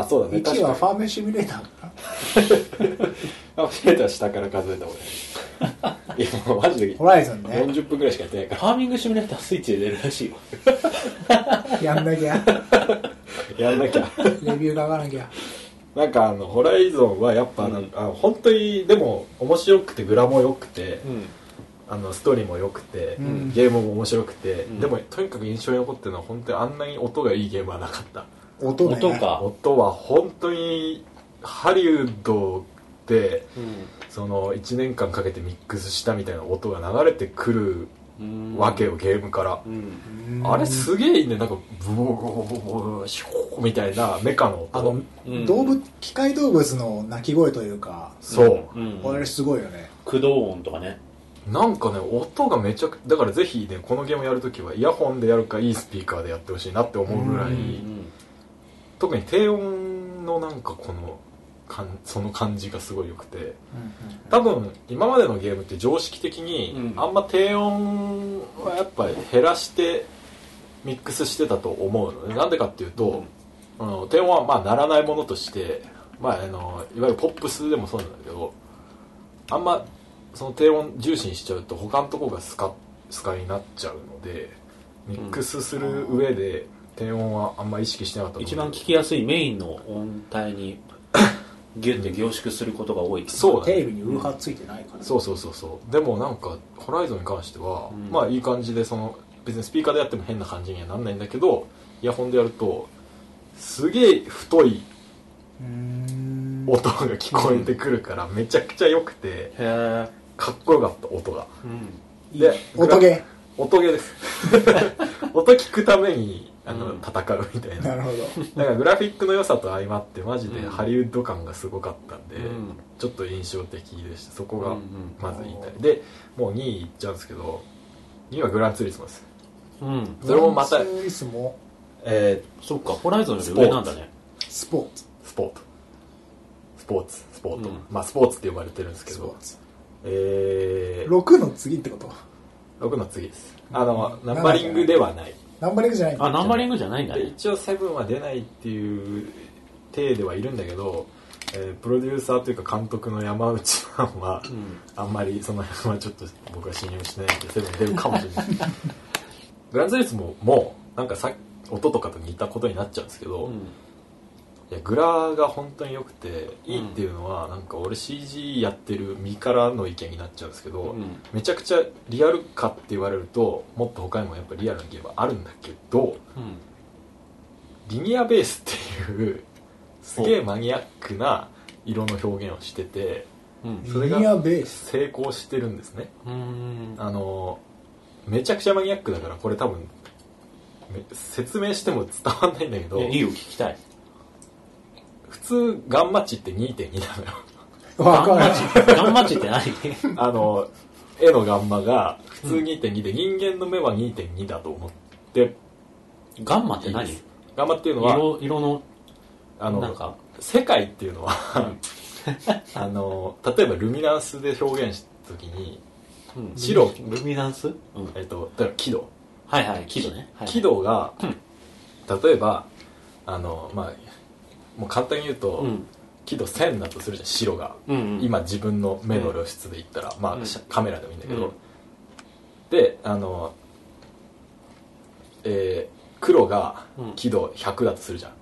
C: あ、そうだね。
B: 1位はフ
C: ァ
B: ァームシミュレーターかな
C: ン。フィレーター下から数えた方が いい。いや、もうマジで
B: ホライゾンね
C: 40分くらいしかやってないか
A: ファーミングシミュレータースイッチで出るらしいよ。
B: やんなきゃ
C: ら、やんなきゃ。
B: レビューが上がらなきゃ
C: なんかあの、ホライゾンはやっぱなんか、あの本当に、でも、面白くて、グラも良くて、
A: うん。
C: あのストーリーも良くて、
B: うん
C: ゲームも面白くて、
A: うん
C: でもとにかく印象に残ってるのは本当にあんなに音がいいゲームはなかった
B: 音ね
A: 音か
C: 音は本当にハリウッドでその1年間かけてミックスしたみたいな音が流れてく
A: うん
C: るわけよ、ゲームから
A: う、ん
B: うん
C: あれすげえいいねなんかブオブオブオブオブオシュコーみたいなメカの音
B: あの、
A: うん
B: 動物機械動物の鳴き声というか、
C: そう、
A: うん
B: あれすごいよね
A: 駆動音とかね
C: なんかね音がめちゃくだからぜひねこのゲームやるときはイヤホンでやるかいいスピーカーでやってほしいなって思うぐら
B: う
C: い、
B: ん
C: 特に低音のなんかこの感その感じがすごい良くて多分今までのゲームって常識的に、
A: うん
C: あんま低音はやっぱり減らしてミックスしてたと思うのねなんでかっていうと、あの低音はまあならないものとして、まあ、あのいわゆるポップスでもそうなんだけどあんまその低音重視にしちゃうと他のとこがスカスカになっちゃうのでミックスする上で低音はあんま意識してなかったと思う
A: 一番聞きやすいメインの音体 にギュッて凝縮することが多い
C: そうだ
B: テ
C: ね
B: レビにウーハーついてないから
C: そうそうそうそうでもなんかホライゾンに関しては、
A: うん
C: まあいい感じでその別にスピーカーでやっても変な感じにはなんないんだけどイヤホンでやるとすげえ太い
B: うん
C: 音が聞こえてくるからめちゃくちゃ良くて
A: へえ
C: かっこよかった音が
A: うん
C: で
B: 音ゲ
C: 音ゲーです 音聞くためにあの、
A: うん
C: 戦うみたい
B: ー
C: な
B: なるほど
C: だからグラフィックの良さと相まってマジで
A: うん
C: ハリウッド感がすごかったんで、
A: うん
C: ちょっと印象的でしたそこが
A: うんうん
C: まず言いたい、でもう2位いっちゃうんですけど2位はグランツーリスモです
A: うん
C: それもまた
B: フランスイスも
C: え
A: そっかホライゾンより上なんだね
B: スポーツ
C: ースポーツスポーツスポート、
A: うん
C: まあスポーツって呼ばれてるんですけ
B: スポ
C: ど
B: ーツ
C: えー、
B: 6の次ってこと
C: 6の次ですあのナンバリングではない
B: ナンバリングじゃないんだ
A: あナンバリングじゃないんだ
C: で
A: ね
C: 一応セブンは出ないっていう体ではいるんだけど、えープロデューサーというか監督の山内さんは、
A: うん
C: あんまりその辺はちょっと僕は信用してないんでセブン出るかもしれないグランツーリスモもなんかさ音とかと似たことになっちゃうんですけど、
A: うん
C: いやグラが本当に良くていいっていうのは、なんか俺 CG やってる身からの意見になっちゃうんですけど、
A: うん
C: めちゃくちゃリアルかって言われるともっと他にもやっぱリアルなゲームあるんだけど
A: うん
C: リニアベースっていうすげえマニアックな色の表現をしてて
A: うん
C: それが
B: リニアベース
C: 成功してるんですね
A: うん
C: あのめちゃくちゃマニアックだからこれ多分め説明しても伝わんないんだけど
A: えいいよ聞きたい
C: 普通ガンマ値って2.2なのよ
B: わかる
A: ガンマチって何
C: あの、絵のガンマが普通2.2で、人間の目は2.2だと思って
A: ガンマって
C: いいで
A: 何
C: すガンマっていうのは、
A: 色色の
C: あ
A: なん
C: の、
A: か
C: 世界っていうのは、 あの、例えばルミナンスで表現したときに、
A: うん
C: 白
A: ルミナンスうん
C: えっと、例えば輝度。
A: はいはい木戸ね
C: 輝度が、例えば、あの、まあ、もう簡単に言う
A: う
C: と、
A: ん
C: 輝度1000だとするじゃん、白が。
A: うん
C: 今自分の目の露出で言ったら、ま
A: うん
C: あしゃカメラでもいいんだけど、
A: うん
C: であのえー黒が
A: うん
C: 輝度100だとするじゃん、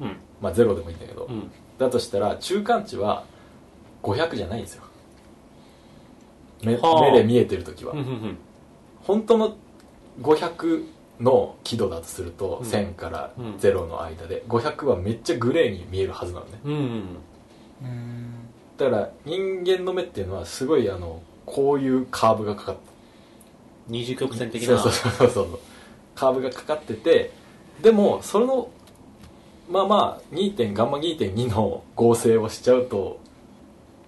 A: うん
C: まあ0でもいいんだけど、
A: うん
C: だとしたら中間値は500じゃないんですよ目
A: はあ
C: 目で見えてる時は、
A: うんうん
C: 本当の500の輝度だとすると、
A: うん
C: 1000から
A: うん
C: 0の間で500はめっちゃグレーに見えるはずなのね
A: うんうん
B: うん
C: だから人間の目っていうのはすごいあのこういうカーブがかかって
A: 二次曲線的
C: そう
A: な
C: そうそうそうそうカーブがかかっててでもそのまあまあ2点ガンマ2.2の合成をしちゃうと、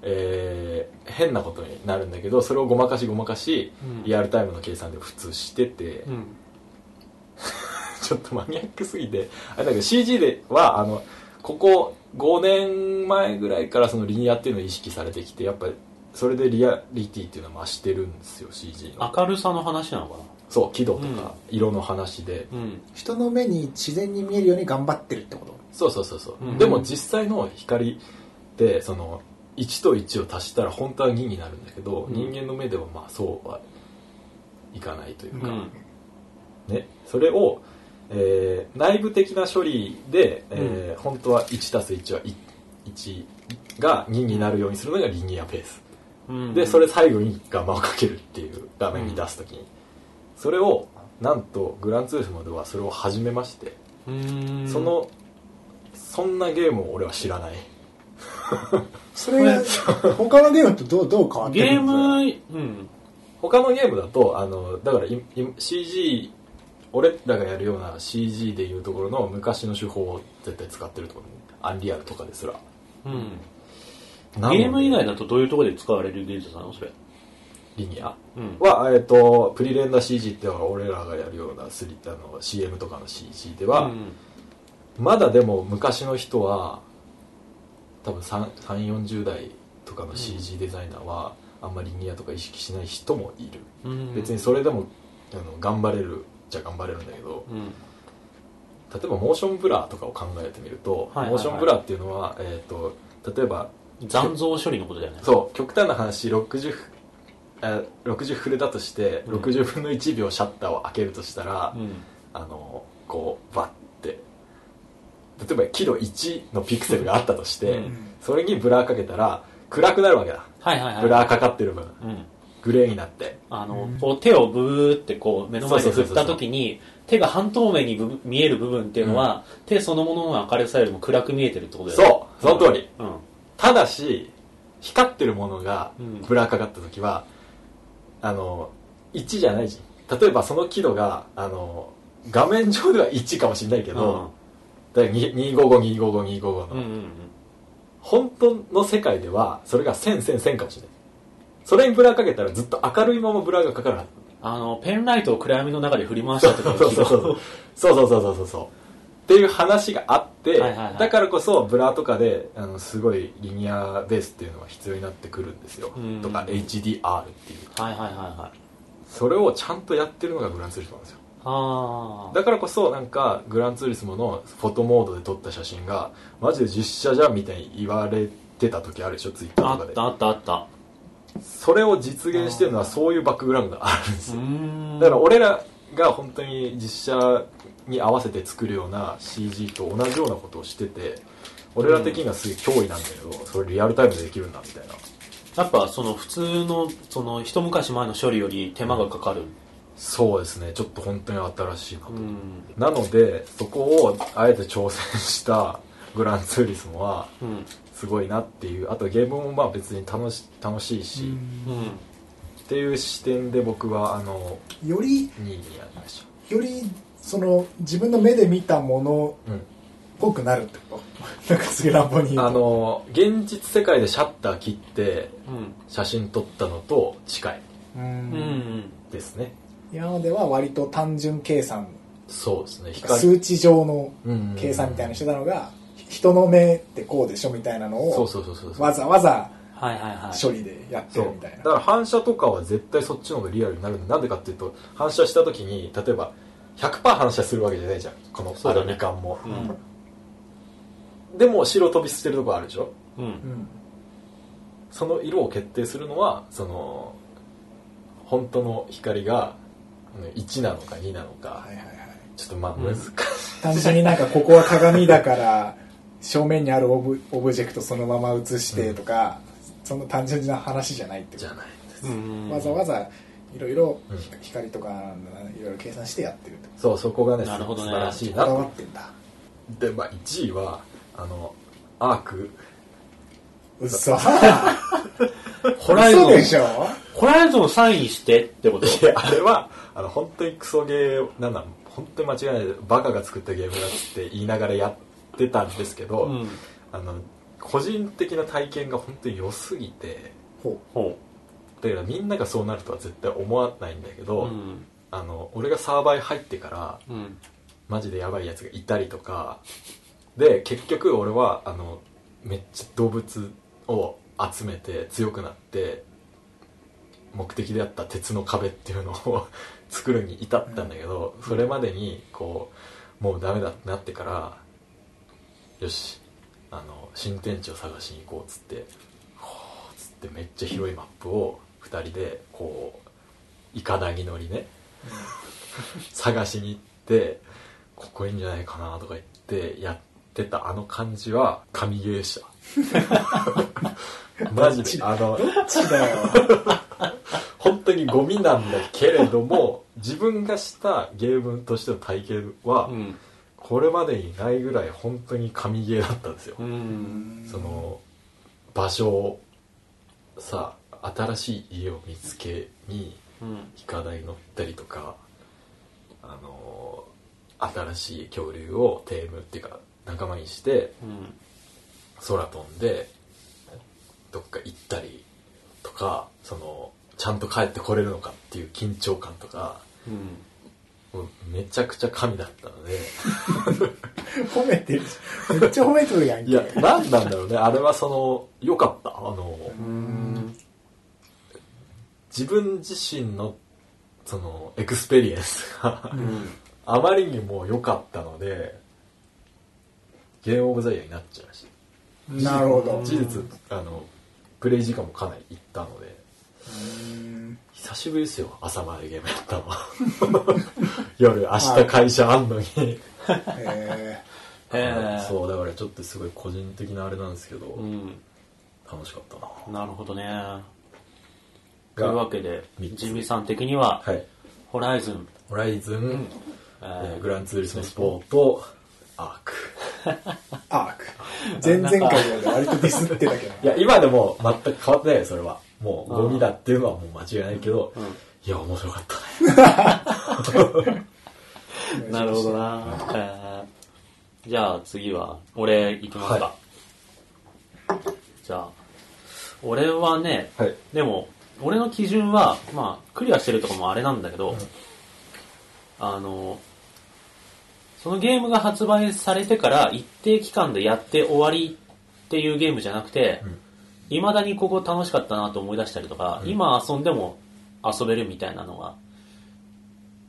C: えー変なことになるんだけどそれをごまかしごまかし
A: うん
C: リアルタイムの計算で普通してて、
A: うん
C: ちょっとマニアックすぎてあれだけど CG ではあのここ5年前ぐらいからそのリニアっていうのを意識されてきてやっぱりそれでリアリティっていうのは増してるんですよ CG の
A: 明るさの話なのか
C: そう輝度とか色の話で、
A: なうん
B: 人の目に自然に見えるように頑張ってるってこと
C: そうそうそうそう、
A: うん
C: でも実際の光ってその1と1を足したら本当は2になるんだけど、
A: うん
C: 人間の目ではまあそうはいかないという
A: う
C: か、
A: ん
C: ね、それを、えー内部的な処理で、えー本当は1たす1は 1, が2になるようにするのがリニアベース、
D: うん
C: でそれ最後にガマをかけるっていう画面に出すときに、それをなんとグランツーリスモではそれを始めまして、
D: うん
C: そのそんなゲームを俺は知らない
B: それが、他のゲームと どう、どう変わって
D: ゲ
B: る
D: ームうん
C: 他のゲームだとあのだからいい CG 俺らがやるような CG でいうところの昔の手法を絶対使ってるところ、ね、アンリアルとかですら
D: うん
C: なので
A: ゲーム以外だとどういうところで使われる技術なのそれ。
C: リニア
D: うん
C: は、えっとプリレンダー CG っていうのは俺らがやるようなスリあの CM とかの CG では、
D: うん
C: まだでも昔の人は多分3 3 4 0代とかの CG デザイナーは、あんまりリニアとか意識しない人もいる、
D: うん
C: 別にそれでもあの頑張れるじゃ頑張れるんだけど
D: うん
C: 例えばモーションブラーとかを考えてみると、
D: はいはいはい
C: モーションブラーっていうのは、えー、と例えば
A: 残像処理のことだよね。
C: そう極端な話60えー60フレだとして、
D: うん
C: 60分の1秒シャッターを開けるとしたら、
D: うん
C: あのこうバッて例えばキロ1のピクセルがあったとして、
D: うん
C: それにブラーかけたら暗くなるわけだ
A: はいはいはい。
C: ブラーかかってる分
A: うん。
C: グレーになって
A: あの、こう手をブーってこう目の前で振った時に、手が半透明にぶ見える部分っていうのは、手そのものの明るさよりも暗く見えてるってことだよね。
C: そうその通り、
A: う。うん。
C: ただし光ってるものが
A: うん
C: ブラーかかった時は、あの1じゃないじゃん例えばその輝度があの画面上では1かもしれないけど、だから25525525の、
A: うんうんうん。
C: 本当の世界ではそれが10001000かもしれないそれにブラーかけたらずっと明るいままブラーがかかるはず
A: あの、ペンライトを暗闇の中で振り回したとかの軌
C: そうそうそう
A: 道。
C: そうそうそうそうそうそうっていう話があって、
A: はいはいはい
C: だからこそブラとかであのすごいリニアベースっていうのが必要になってくるんですよ
A: うん
C: とか HDR っていう
A: はいはいはいはい。
C: それをちゃんとやってるのがグランツーリスモなんですよ
A: あ
C: だからこそなんかグランツーリスモのフォトモードで撮った写真がマジで実写じゃんみたいに言われてた時あるでしょツイッタ
A: あ。
C: ー
A: あ
C: と
A: っ
C: か
A: た
C: で
A: あったあった。
C: それを実現してるのはそういうバックグラウンドがあるんですよ
A: うーん。
C: だから俺らが本当に実写に合わせて作るような CG と同じようなことをしてて俺ら的にはすごい脅威なんだけどそれリアルタイムでできるんだみたいな
A: やっぱその普通の、その一昔前の処理より手間がかかる。
C: そうですねちょっと本当に新しいなと、
A: うん。
C: なのでそこをあえて挑戦したグランツーリスモは
A: うん。
C: すごいなっていうあとゲームもまあ別に楽し楽しいし、っ
A: うん。
C: ていう視点で僕はあの
B: より、
C: 2位にやりまし
B: より、その、自分の目で見たもの
C: た、うん
B: っぽくなるってこと なんかすげえ乱暴に言うと。
C: あ、の現実世界でシャッター切って
A: うん。
C: 写真撮ったのと近いう
A: うんん。
C: ですね
B: 今までは割と単純計算、
C: そうですね
B: 数値上の
C: うん
B: 計算みたいなのしてたのが、人の目ってこうでしょみたいなの
C: そう
B: を、
C: そうそうそう
B: わざわざ
A: はいはいはい。
B: 処理でやって
C: そう
B: るみたい
C: だ
B: な。
C: から反射とかは絶対そっちの方がリアルになるんでなんでかっていうと反射した時に例えば100%反射するわけじゃないじゃんこの
A: そう
C: ア
A: だ
C: ル
A: ね
C: ミ缶も、
A: うん。
C: でも白飛びしてるとこあるでしょ
A: うん。
B: うん
C: その色を決定するのはその本当の光がうん1なのか2なのか、
B: はいはいはい。
C: ちょっとまあ
A: うん
C: 難しい、
B: 単純になんかここは鏡だから正面にあるオブオブジェクトそのまま映してとか、そんな単純な話じゃないってこ
C: じ
B: と
C: ゃないんです
A: うん。
B: わざわざいろいろ
C: うん
B: 光とかいろいろ計算してやってるってこ
C: そうそこがね
A: なるほどね
C: 素晴らしい
B: とこ
C: な
B: だ
C: と
B: わってんだ
C: で、まあ、1位はあのアーク
B: うそ
A: ホライゾ
B: 嘘でし
A: ン、
B: ょ
A: ホライゾン3位にしてってこと
C: いやあれはあの本当にクソゲーなんだ本当に間違いないでバカが作ったゲームだって言いながらやってたんですけど、
A: うん。
C: あの個人的な体験が本当に良すぎて
B: ほ
A: ほ
C: だからみんながそうなるとは絶対思わないんだけ
A: う。
C: ど、
A: うん。
C: あの俺がサーバーに入ってから
A: うん。
C: マジでやばいやつがいたりとかで結局俺はあのめっちゃ動物を集めて強くなって目的であった鉄の壁っていうのを 作るに至ったんだけど、それまでにこうもうダメだってなってからよしあの新天地を探しに行こうっつってほーっつってめっちゃ広いマップを2人でこういかだぎ乗りね探しに行って ここいいんじゃないかなとか言ってやってたあの感じは神ゲーでしたマジで、あの、
B: そうだよ。
C: 本当にゴミなんだけれども、自分がしたゲームとしての体験は、
A: うん。
C: これまでにないぐらい本当に神ゲーだったんですよ。
A: うん。
C: その、場所を、さ、新しい家を見つけに、
A: うん。
C: イカダに乗ったりとか、あの、新しい恐竜をテームっていうか、仲間にして、
A: うん。
C: 空飛んでどっか行ったりとかそのちゃんと帰ってこれるのかっていう緊張感とか
A: うん。
C: もうめちゃくちゃ神だったので
B: 褒めてるじゃん。めっちゃ褒めてるやんけ。
C: いや何なんだろうねあれはその良かったあの
A: うん。
C: 自分自身のそのエクスペリエンスがあまりにも良かったのでゲームオブザイヤーになっちゃうし
B: なるほど。
C: 事実あのプレイ時間もかなりいったので
B: うん
C: 久しぶりですよ朝までゲームやったの 夜明日会社あんのに
B: え
A: へえ。
C: そうだからちょっとすごい個人的なあれなんですけど、
A: うん。
C: 楽しかったな
A: なるほどね。というわけで、
C: 三つ
A: ジミーさん的には、
C: はい
A: ホライズン、
C: ホライズン、
A: え
C: え
A: ー
C: ーグランツーリスモスポートアーク
B: ー、アーク。前々回より割とディスってたけど
C: いや今でも全く変わってないよそれはもうゴミだっていうのはもう間違いないけど、いや面白かったね
A: なるほどな。えーじゃあ次は、俺行きますか。
C: は
A: じゃあ、俺はね、
C: はい
A: でも、俺の基準は、まあ、クリアしてるとかもあれなんだけど、あの、そのゲームが発売されてから一定期間でやって終わりっていうゲームじゃなくて、いま、だにここ楽しかったなと思い出したりとか、今遊んでも遊べるみたいなのが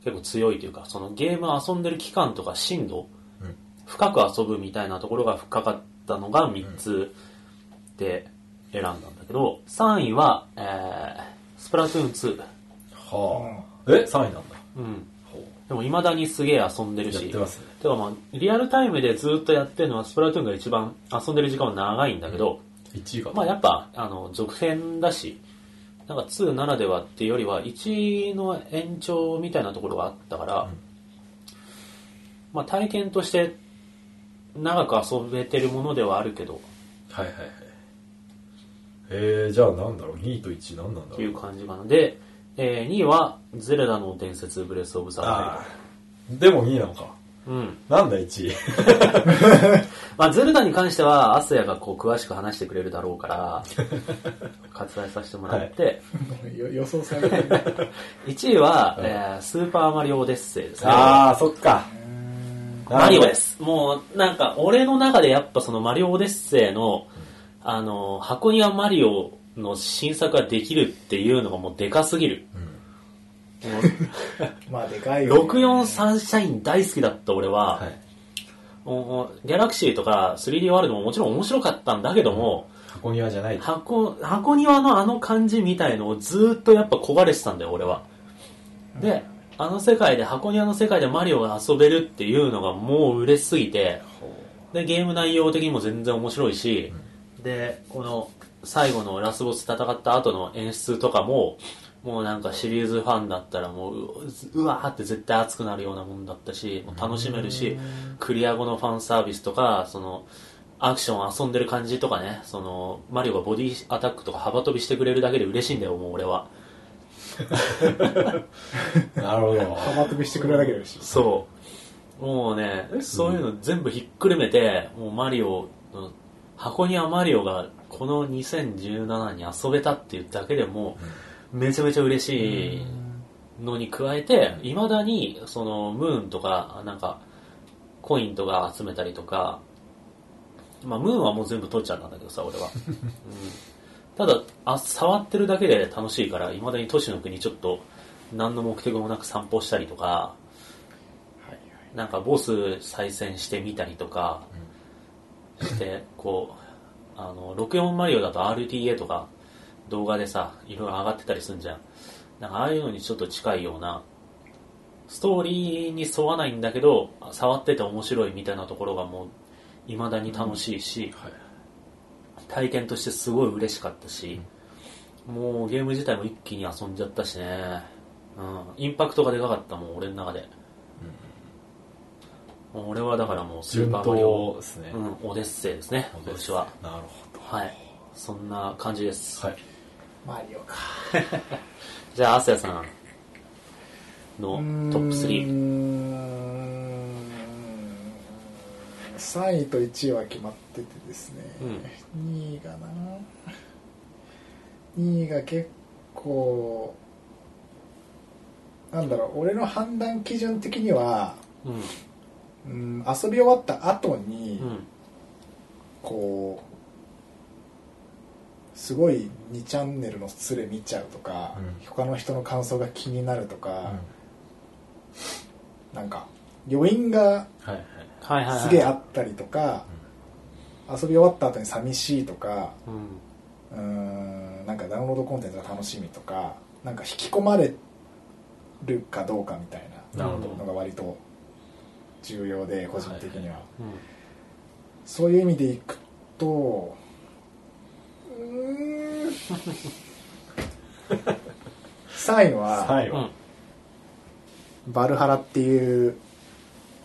A: 結構強いというか、そのゲーム遊んでる期間とか深度、
C: うん
A: 深く遊ぶみたいなところが深かったのが3つで選んだんだけど、3位は、えー、スプラトゥーン2。
C: はあ、え3位なんだ
A: うん。
C: ほう
A: でも未だにすげえ遊んでるし。
C: やってますね
A: てかまあ、リアルタイムでずっとやってるのはスプラトゥーンが一番遊んでる時間は長いんだけど、
C: 1位か
A: まあやっぱ、あの、続編だし、なんか2ならではっていうよりは、1の延長みたいなところがあったから、まあ体験として長く遊べてるものではあるけど、
C: はいはいはいえー、じゃあなんだろう2位と1位何なんだろ
A: っ
C: う
A: ていう感じかな。で、え2位は、ゼルダの伝説ブレスオブザワ
C: ああでも2位なの
A: イ
C: か
A: ルド。うん。
C: なんだ1位
A: まあ、ゼルダに関しては、アスヤがこう、詳しく話してくれるだろうから、割愛させてもらって、
B: よ予想されてる。
A: 1位は、えースーパーマリオオデッセイですね。
C: ああそっか
A: マリオです。もう、なんか、俺の中でやっぱそのマリオオデッセイの、あの、箱庭マリオの新作ができるっていうのがもうでかすぎる。も
B: まあ、でかいうよ、ね。
A: 64サンシャイン大好きだった俺は、
C: はい
A: もうギャラクシーとか 3D ワールドももちろん面白かったんだけども、
C: 箱庭じゃない
A: 箱箱庭のあの感じみたいのをずっとやっぱ焦がれてたんだよ俺はであの世界で箱庭の世界でマリオが遊べるっていうのがもう嬉しすぎてでゲーム内容的にも全然面白いし、でこの最後のラスボス戦った後の演出とかももうなんかシリーズファンだったらもうううわーって絶対熱くなるようなもんだったしもう楽しめるしクリア後のファンサービスとかそのアクション遊んでる感じとかねそのマリオがボディアタックとか幅跳びしてくれるだけで嬉しいんだよもう俺は
C: なるほど
B: 幅跳びしてくれるだけだし。
A: そうもうねそういうの全部ひっくるめて、もうマリオの箱庭マリオがこの2017に遊べたっていうだけでもうめちゃめちゃ嬉しいのに加えていまだにそのムーンとかなんかコインとか集めたりとかまあムーンはもう全部取っちゃったんだけどさ俺は、うん、ただあ触ってるだけで楽しいからいまだに都市の国ちょっと何の目的もなく散歩したりとかなんかボス再戦してみたりとかして、こう、あの、64マリオだと RTA とか動画でさ、いろいろ上がってたりするじゃん。なんかああいうのにちょっと近いような、ストーリーに沿わないんだけど、触ってて面白いみたいなところがもう、未だに楽しいし、
C: はい
A: 体験としてすごい嬉しかったし、もうゲーム自体も一気に遊んじゃったしね、うん、インパクトがでかかったもん俺の中で、もう俺はだからもうスーパーマリオ、
C: 順当ですね
A: うん、オデッセイですね今年は
C: なるほ
A: はいそんな感じです、
C: ど。はい。
B: マリオか。
A: じゃあアスヤさんのトップ3
B: 3位と1位は決まっててですね、
A: う
B: 2位がな2位が結構なんだろう俺の判断基準的には
A: うん
B: うん遊び終わった後に、
A: うん
B: こうすごい2チャンネルのスレ見ちゃうとか、
C: うん
B: 他の人の感想が気になるとか、なんか余韻が
C: はいはい。
A: はいはい、はい、
B: すげえあったりとか、遊び終わった後に寂しいとか
A: うん
B: うーんなんかダウンロードコンテンツが楽しみとかなんか引き込まれるかどうかみたいな
C: なるほ
B: のが割と重要で個人的には、
A: うん
B: そういう意味でいくとうーん3位
C: ど。
B: は
C: 最
A: うん
C: 後。
B: 「バルハラ」っていう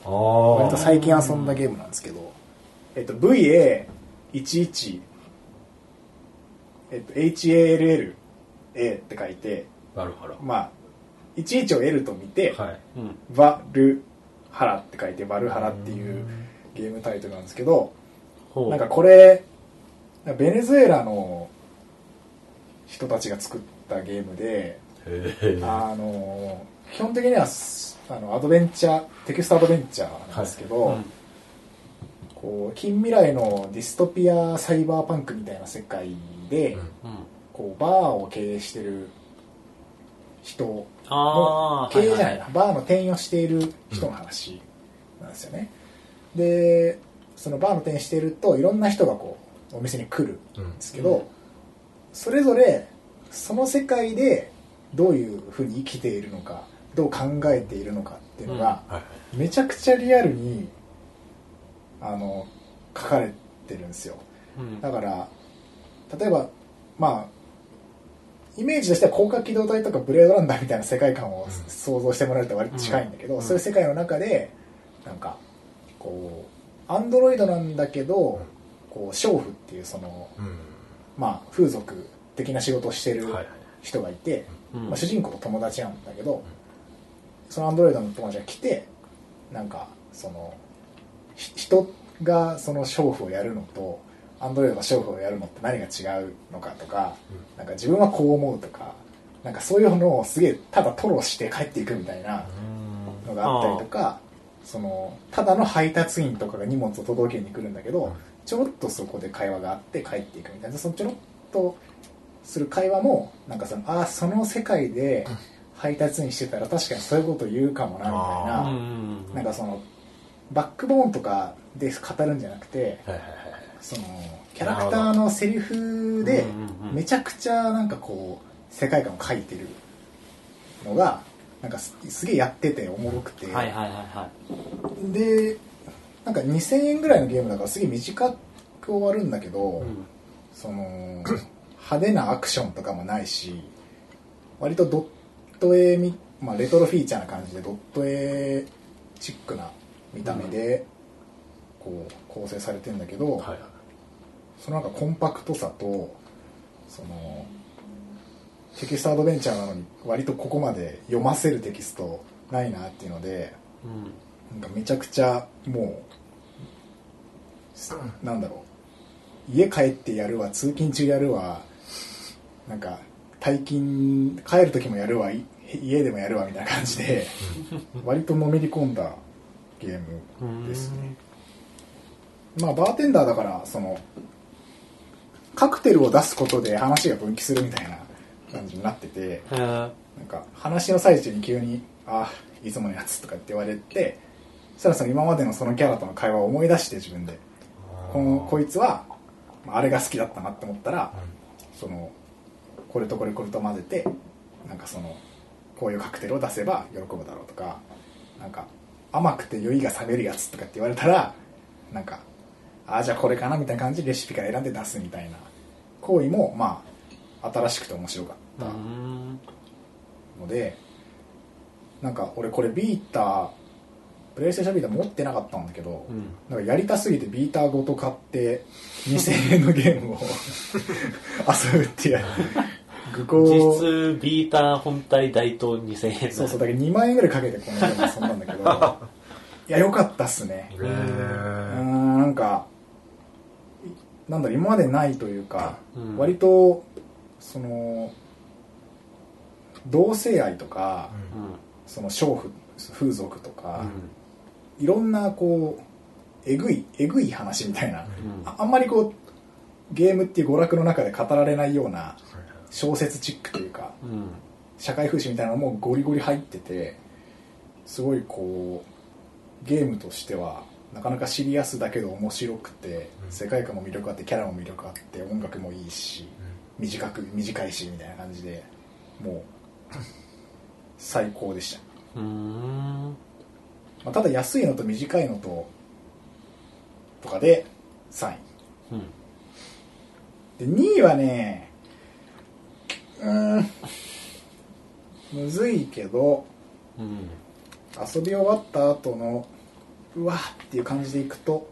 C: ああ
B: 割と最近遊んだゲームなんですけど、えっと、VA11、えっと、HALLA って書いて、
C: バルハラ。
B: まあ、11を L と見て、
C: はい。
A: うん
B: バルハラって書いて、バルハラっていうゲームタイトルなんですけど、
A: ほう
B: なんかこれ、ベネズエラの人たちが作ったゲームで、
C: へえ。
B: あの基本的にはすあのアドベンチャーテキストアドベンチャーなんですけど、
A: うん
B: こう近未来のディストピアサイバーパンクみたいな世界で、
C: うん
A: うん
B: こうバーを経営してる人
A: ああ
B: 経営じゃないな、
A: は
B: バーの店員をしている人の話なんですよね、でそのバーの店員しているといろんな人がこうお店に来る
C: うん
B: ですけど、それぞれその世界でどういうふうに生きているのかどう考えているのかっていうのが、
C: はいはい。
B: めちゃくちゃリアルにあの書かれてるんですよ
A: いはいうん
B: だから例えばまあイメージとしては高架機動隊とかブレードランダーみたいな世界観を
C: うん
B: 想像してもらえると割と近いんだけど、
A: うん
B: そういう世界の中でなんかこうアンドロイドなんだけど、こう娼婦っていうその
C: うん。
B: まあ、風俗的な仕事をしてる
C: はいはい。
B: 人がいて、
A: うん
B: まあ、主人公と友達なんだけど、そのアンドロイドの友達が来てなんかそのひ人がその娼婦をやるのとアンドロイドが娼婦をやるのって何が違うのかとか,、なんか自分はこう思うとかなんかそういうのをすげえただ吐露して帰っていくみたいなのがあったりとかそのただの配達員とかが荷物を届けに来るんだけど、
C: うん
B: ちょろっとそこで会話があって帰っていくみたいなそのちょろっとする会話もなんかそのああその世界で配達員してたら確かにそういうこと言うかもなみ
A: う
C: あ
A: ん
B: たいななんかそのバックボーンとかで語るんじゃなくて
C: はいはいはいはい。
B: そのキャラクターのセリフで
A: うんうんうん
B: めちゃくちゃなんかこう世界観を描いてるのがなんかすすげえやってておもろくて、
A: うんはいはいはいは
B: でなんか2000円ぐらいのゲームだからすげえ短く終わるんだけど、
A: いうん
B: その 派手なアクションとかもないし割とドット絵み、まあ、レトロフィーチャーな感じでドット絵チックな見た目でこう構成されてんだけど、
C: はいはい。
B: そのなんかコンパクトさとそのテキストアドベンチャーなのに割とここまで読ませるテキストないなっていうので
A: うん
B: なんかめちゃくちゃもうすなんだろう家帰ってやるわ通勤中やるわなんか退勤帰る時もやるわい家でもやるわみたいな感じで割とのめり込んだゲームですねまあバーテンダーだからそのカクテルを出すことで話が分岐するみたいな感じになってて
A: へえ
B: なんか話の最中に急に「あいつものやつ」とかって言われてそしたらその今までのそのキャラとの会話を思い出して自分でこのこいつはまああれが好きだったなって思ったらそのこれとこれこれと混ぜてなんかそのこういうカクテルを出せば喜ぶだろうとかなんか甘くて酔いが冷めるやつとかって言われたらなんかあじゃあこれかなみたいな感じでレシピから選んで出すみたいな行為もまあ新しくて面白かった
D: うん
B: のでなんか俺これビータープレイステーションビーター持ってなかったんだけど、
D: うん
B: なんかやりたすぎてビーターごと買って2000円のゲームを遊ぶっていう愚
A: 実
B: 行
A: 質ビーター本体代と2000円
B: そうそう
A: だ
B: だけど2万円ぐらいかけてこのゲーム遊んだんだけどいや良かったっすね
C: へ
B: う
C: ー
B: ーんなんかいなんだろう今までないというか、
A: うん
B: 割とその同性愛とか、
A: うんうん
B: その娼婦風俗とか、いろんなこうえぐいえぐい話みたいな、
A: うん
B: ああんまりこうゲームっていう娯楽の中で語られないような小説チックというか
A: うん
B: 社会風刺みたいなのもゴリゴリ入っててすごいこうゲームとしてはなかなかシリアスだけど面白くて
C: うん
B: 世界観も魅力あってキャラも魅力あって音楽もいいし短く短いしみたいな感じでもう最高でした、
A: うん
B: まあ、ただ安いのと短いのととかで3位
A: うん
B: で2位はねうーんむずいけど
A: うん
B: 遊び終わった後のうわっていう感じでいくと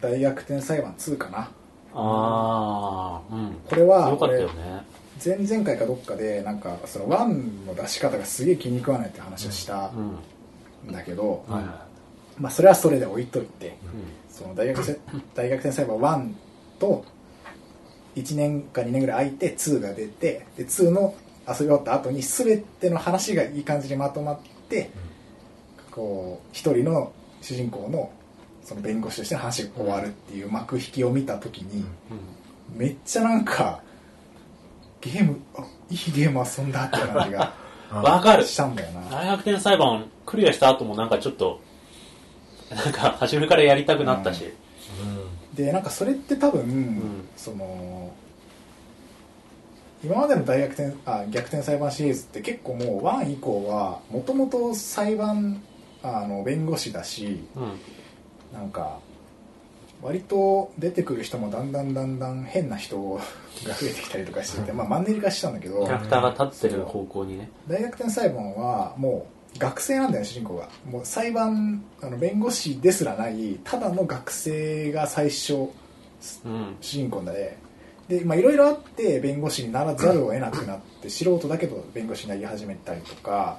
B: 大逆転裁判2かな
A: ああうん
B: これは
A: よかったよね
B: 前々回かどっかでなんかその1の出し方がすげえ気に食わないって話をした
A: うん
B: んだけど、
A: はい
B: まあそれはそれで置いといて
A: う
B: その大学せ 大逆転裁判1と1年か2年ぐらい空いて2が出てで2の遊び終わった後に全ての話がいい感じにまとまってこう一人の主人公のその弁護士としての話が終わるっていう幕引きを見た時に
A: ん
B: めっちゃなんかゲームあいいゲーム遊んだって感じが
A: うんわかる
B: したんだよな
A: 大逆転裁判クリアした後もなんかちょっとなんか初めからやりたくなったし
B: でなんかそれって多分、
A: ん
B: その今までの大逆転あ逆転裁判シリーズって結構もう1以降はもともと裁判あの弁護士だし
A: うん
B: なんか割と出てくる人もだんだんだんだん変な人が増えてきたりとかしてて、まあ、マンネリ化してたんだけど
A: キャラクターが立ってる方向にね
B: 大逆転裁判はもう学生なんだよね主人公がもう裁判あの弁護士ですらないただの学生が最初
A: うん
B: 主人公だねでまあいろいろあって弁護士にならざるを得なくなって素人だけど弁護士になり始めたりとか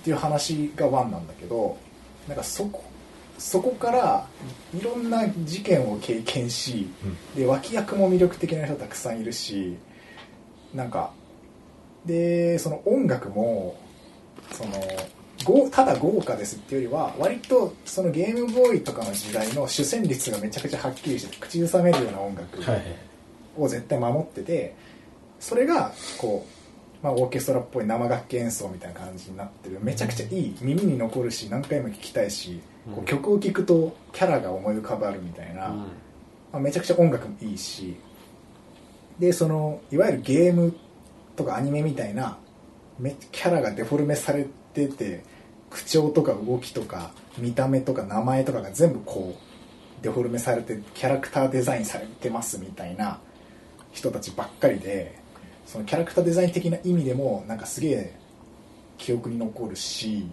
B: っていう話が1なんだけどなんかそこそこからいろんな事件を経験しで脇役も魅力的な人たくさんいるしなんかでその音楽もそのごただ豪華ですっていうよりは割とそのゲームボーイとかの時代の主旋律がめちゃくちゃはっきりしてて口ずさめるような音楽
C: はい
B: を絶対守っててそれがこう、まあ、オーケストラっぽい生楽器演奏みたいな感じになってるめちゃくちゃいい耳に残るし何回も聴きたいしこ
A: うん
B: う曲を聴くとキャラが思い浮かばるみたいな。まあ、めちゃくちゃ音楽もいいしでそのいわゆるゲームとかアニメみたいなめキャラがデフォルメされてて口調とか動きとか見た目とか名前とかが全部こうデフォルメされてキャラクターデザインされてますみたいな人たちばっかりでそのキャラクターデザイン的な意味でもなんかすげえ記憶に残るし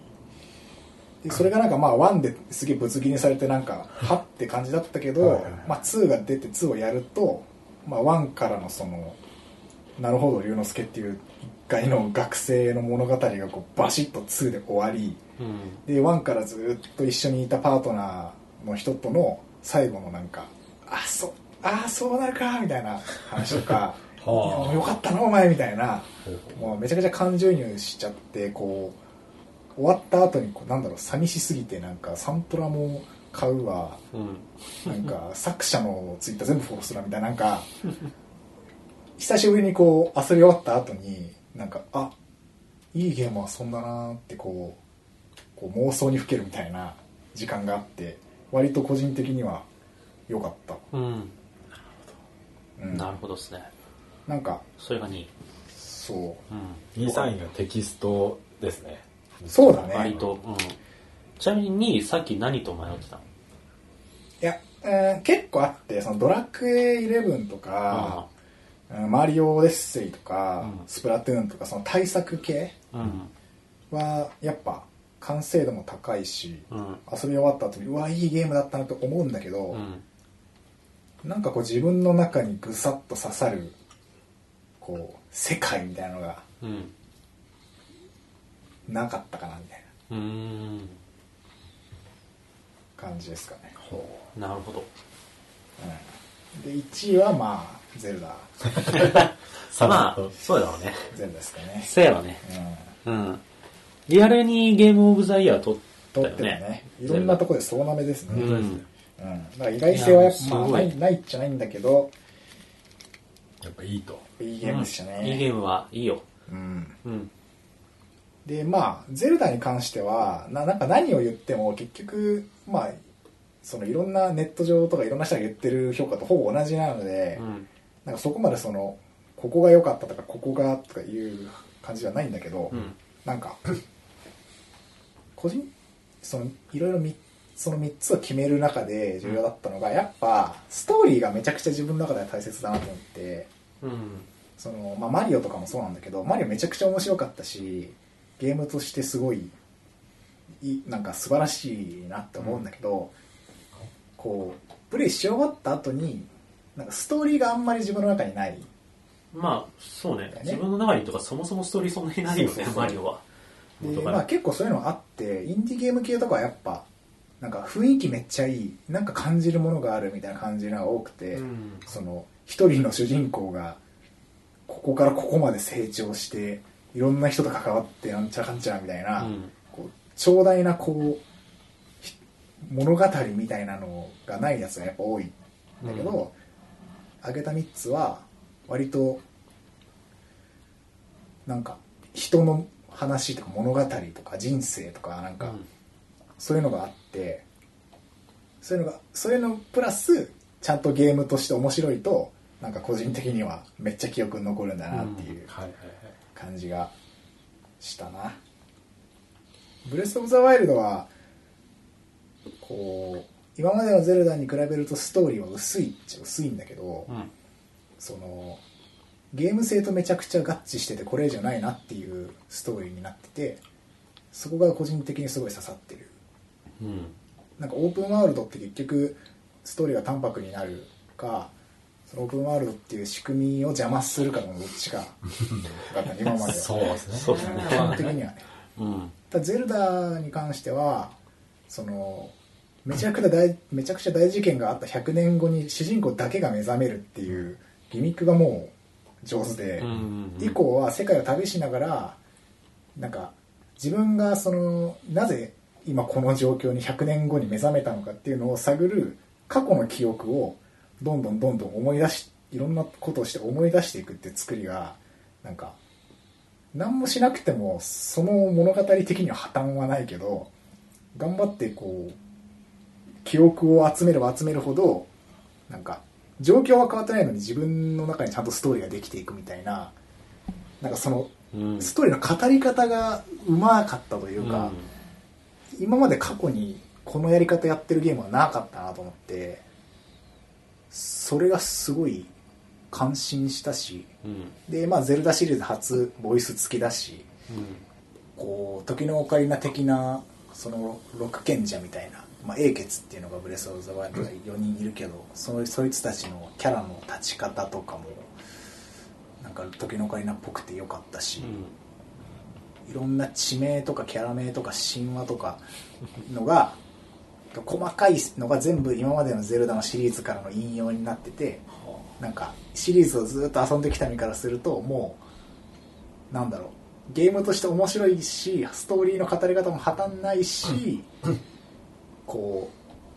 B: でそれがなんかまあ1ですげえぶつ切りにされてなんかはって感じだったけ
C: はい
B: ど
C: はいはい、
B: まあ、2が出て2をやると、まあ、1からのそのなるほど龍之介っていう一回の学生の物語がこうバシッと2で終わり
A: うん
B: で1からずっと一緒にいたパートナーの人との最後のなんかあそうあそうなるかみたいな話とかいや
C: はあ
B: もうよかったなお前みたいな
C: は
B: もうめちゃくちゃ感情移入しちゃってこう終わった後にこうなんだろう寂しすぎてなんかサントラも買うわ
A: うん
B: なんか作者のツイッター全部フォローするなみたいななんか久しぶりにこう遊び終わった後になんかあいいゲーム遊んだなーってこうこう妄想にふけるみたいな時間があって割と個人的には良かった、
A: うん
B: うん、
A: なるほどですね
B: なんか
A: それが2位
B: そ
A: うん
C: 2、3位がテキストですね。
B: うそうだね
A: 割と、うん、ちなみに2位さっき何と迷ってたの
B: いやえー結構あって、そのドラクエ11とか、うんマリオオデッセイとか、
A: うん
B: スプラトゥーンとか、その対策系
A: うん。
B: は、やっぱ、完成度も高いし、
A: うん。
B: 遊び終わった後に、うわ、いいゲームだったなと思うんだけど、
A: うん。
B: なんかこう自分の中にぐさっと刺さる、こう、世界みたいなのが
A: うん。
B: なかったかな、みたいな
A: うん。
B: 感じですかね。
A: なるほど。
B: うん、で、1位はまあ、ゼ ルダ、
C: さ
A: ま
C: ら
A: あ
C: っと、
A: そうだろうね。
B: ゼルダですかね。
A: そうやろね。
B: うん
A: うん。リアルにゲームオブザイヤー取った
B: 取
A: よ
B: っても
A: ね
B: ね。いろんなとこで総なめですね、
A: う
B: うん
A: ん。
B: だから意外性はやっ
A: いや
B: ぱ、
A: す
B: まあ、
A: ご
B: ないいないっちゃないんだけど
C: やっぱいいと。
B: いいゲームでしたね、
A: いいゲームはいいよ。
B: うん
A: うん。
B: でまあゼルダに関してはななんか何を言っても結局まあそのいろんなネット上とかいろんな人が言ってる評価とほぼ同じなので、
A: うん。
B: なんかそこまでそのここが良かったとかここがとかいう感じじゃないんだけど、
A: うん。
B: なんか 個人そのいろいろみその3つを決める中で重要だったのが、やっぱストーリーがめちゃくちゃ自分の中では大切だなと思って
A: うん。
B: その、まあ、マリオとかもそうなんだけどマリオめちゃくちゃ面白かったしゲームとしてすごいいなんか素晴らしいなって思うんだけど、こうプレイし終わった後になんかストーリーがあんまり自分の中にない
A: まあ、そうね
B: だ。よね
A: 自分の中にとか、そもそもストーリーそんなにないよ
B: そう
A: ね
B: そう、そう
A: マリオは。
B: で
A: 元か
B: まあ、
A: ら。
B: 結構そういうのあってインディーゲーム系とかはやっぱなんか雰囲気めっちゃいいなんか感じるものがあるみたいな感じのが多くて、
A: うん。
B: その一人の主人公がここからここまで成長していろんな人と関わってなんちゃらかんちゃらみたいな、
A: うん
B: こう長大なこうひ物語みたいなのがないやつがやっぱ多いんだけど、あげた3つは割となんか人の話とか物語とか人生とかなんか、そういうのがあってそういうのがそういうのプラスちゃんとゲームとして面白いとなんか個人的にはめっちゃ記憶に残るんだなっていう
C: はいはい
B: 感じがしたな、ブレス・オブ・ザ・ワイルドはこう今までのゼルダに比べるとストーリーは薄いっちゃ薄いんだけど、
A: うん。
B: そのゲーム性とめちゃくちゃ合致しててこれじゃないなっていうストーリーになっててそこが個人的にすごい刺さってる
A: うん。
B: なんかオープンワールドって結局ストーリーが淡白になるかそのオープンワールドっていう仕組みを邪魔するかのどっちかだったね今までは
C: そうですね。
A: そうだ
B: 基本的にはね
A: うん。
B: ただゼルダに関してはそのめちゃくちゃ大めちゃくちゃ大事件があった100年後に主人公だけが目覚めるっていうギミックがもう上手で、
A: うん。
B: 以降は世界を旅しながらなんか自分がそのなぜ今この状況に100年後に目覚めたのかっていうのを探る過去の記憶をどんどんどんどん思い出しいろんなことをして思い出していくっていう作りがなんか何もしなくてもその物語的には破綻はないけど頑張ってこう記憶を集めれば集めるほどなんか状況は変わってないのに自分の中にちゃんとストーリーができていくみたいななんかその
A: うん。
B: ストーリーの語り方がうまかったというか、今まで過去にこのやり方やってるゲームはなかったなと思ってそれがすごい感心したし
A: うん。うん。
B: でまあゼルダシリーズ初ボイス付きだしこう時のオカリナ的なその六賢者みたいな、まあ、英傑っていうのがブレス・オブ・ザ・ワイルドが4人いるけどそのそいつたちのキャラの立ち方とかもなんか時のオカリナっぽくてよかったし、いろんな地名とかキャラ名とか神話とかのが細かいのが全部今までの「ゼルダ」のシリーズからの引用になっててなんかシリーズをずっと遊んできた身からするともうなんだろうゲームとして面白いしストーリーの語り方も破綻ないしこ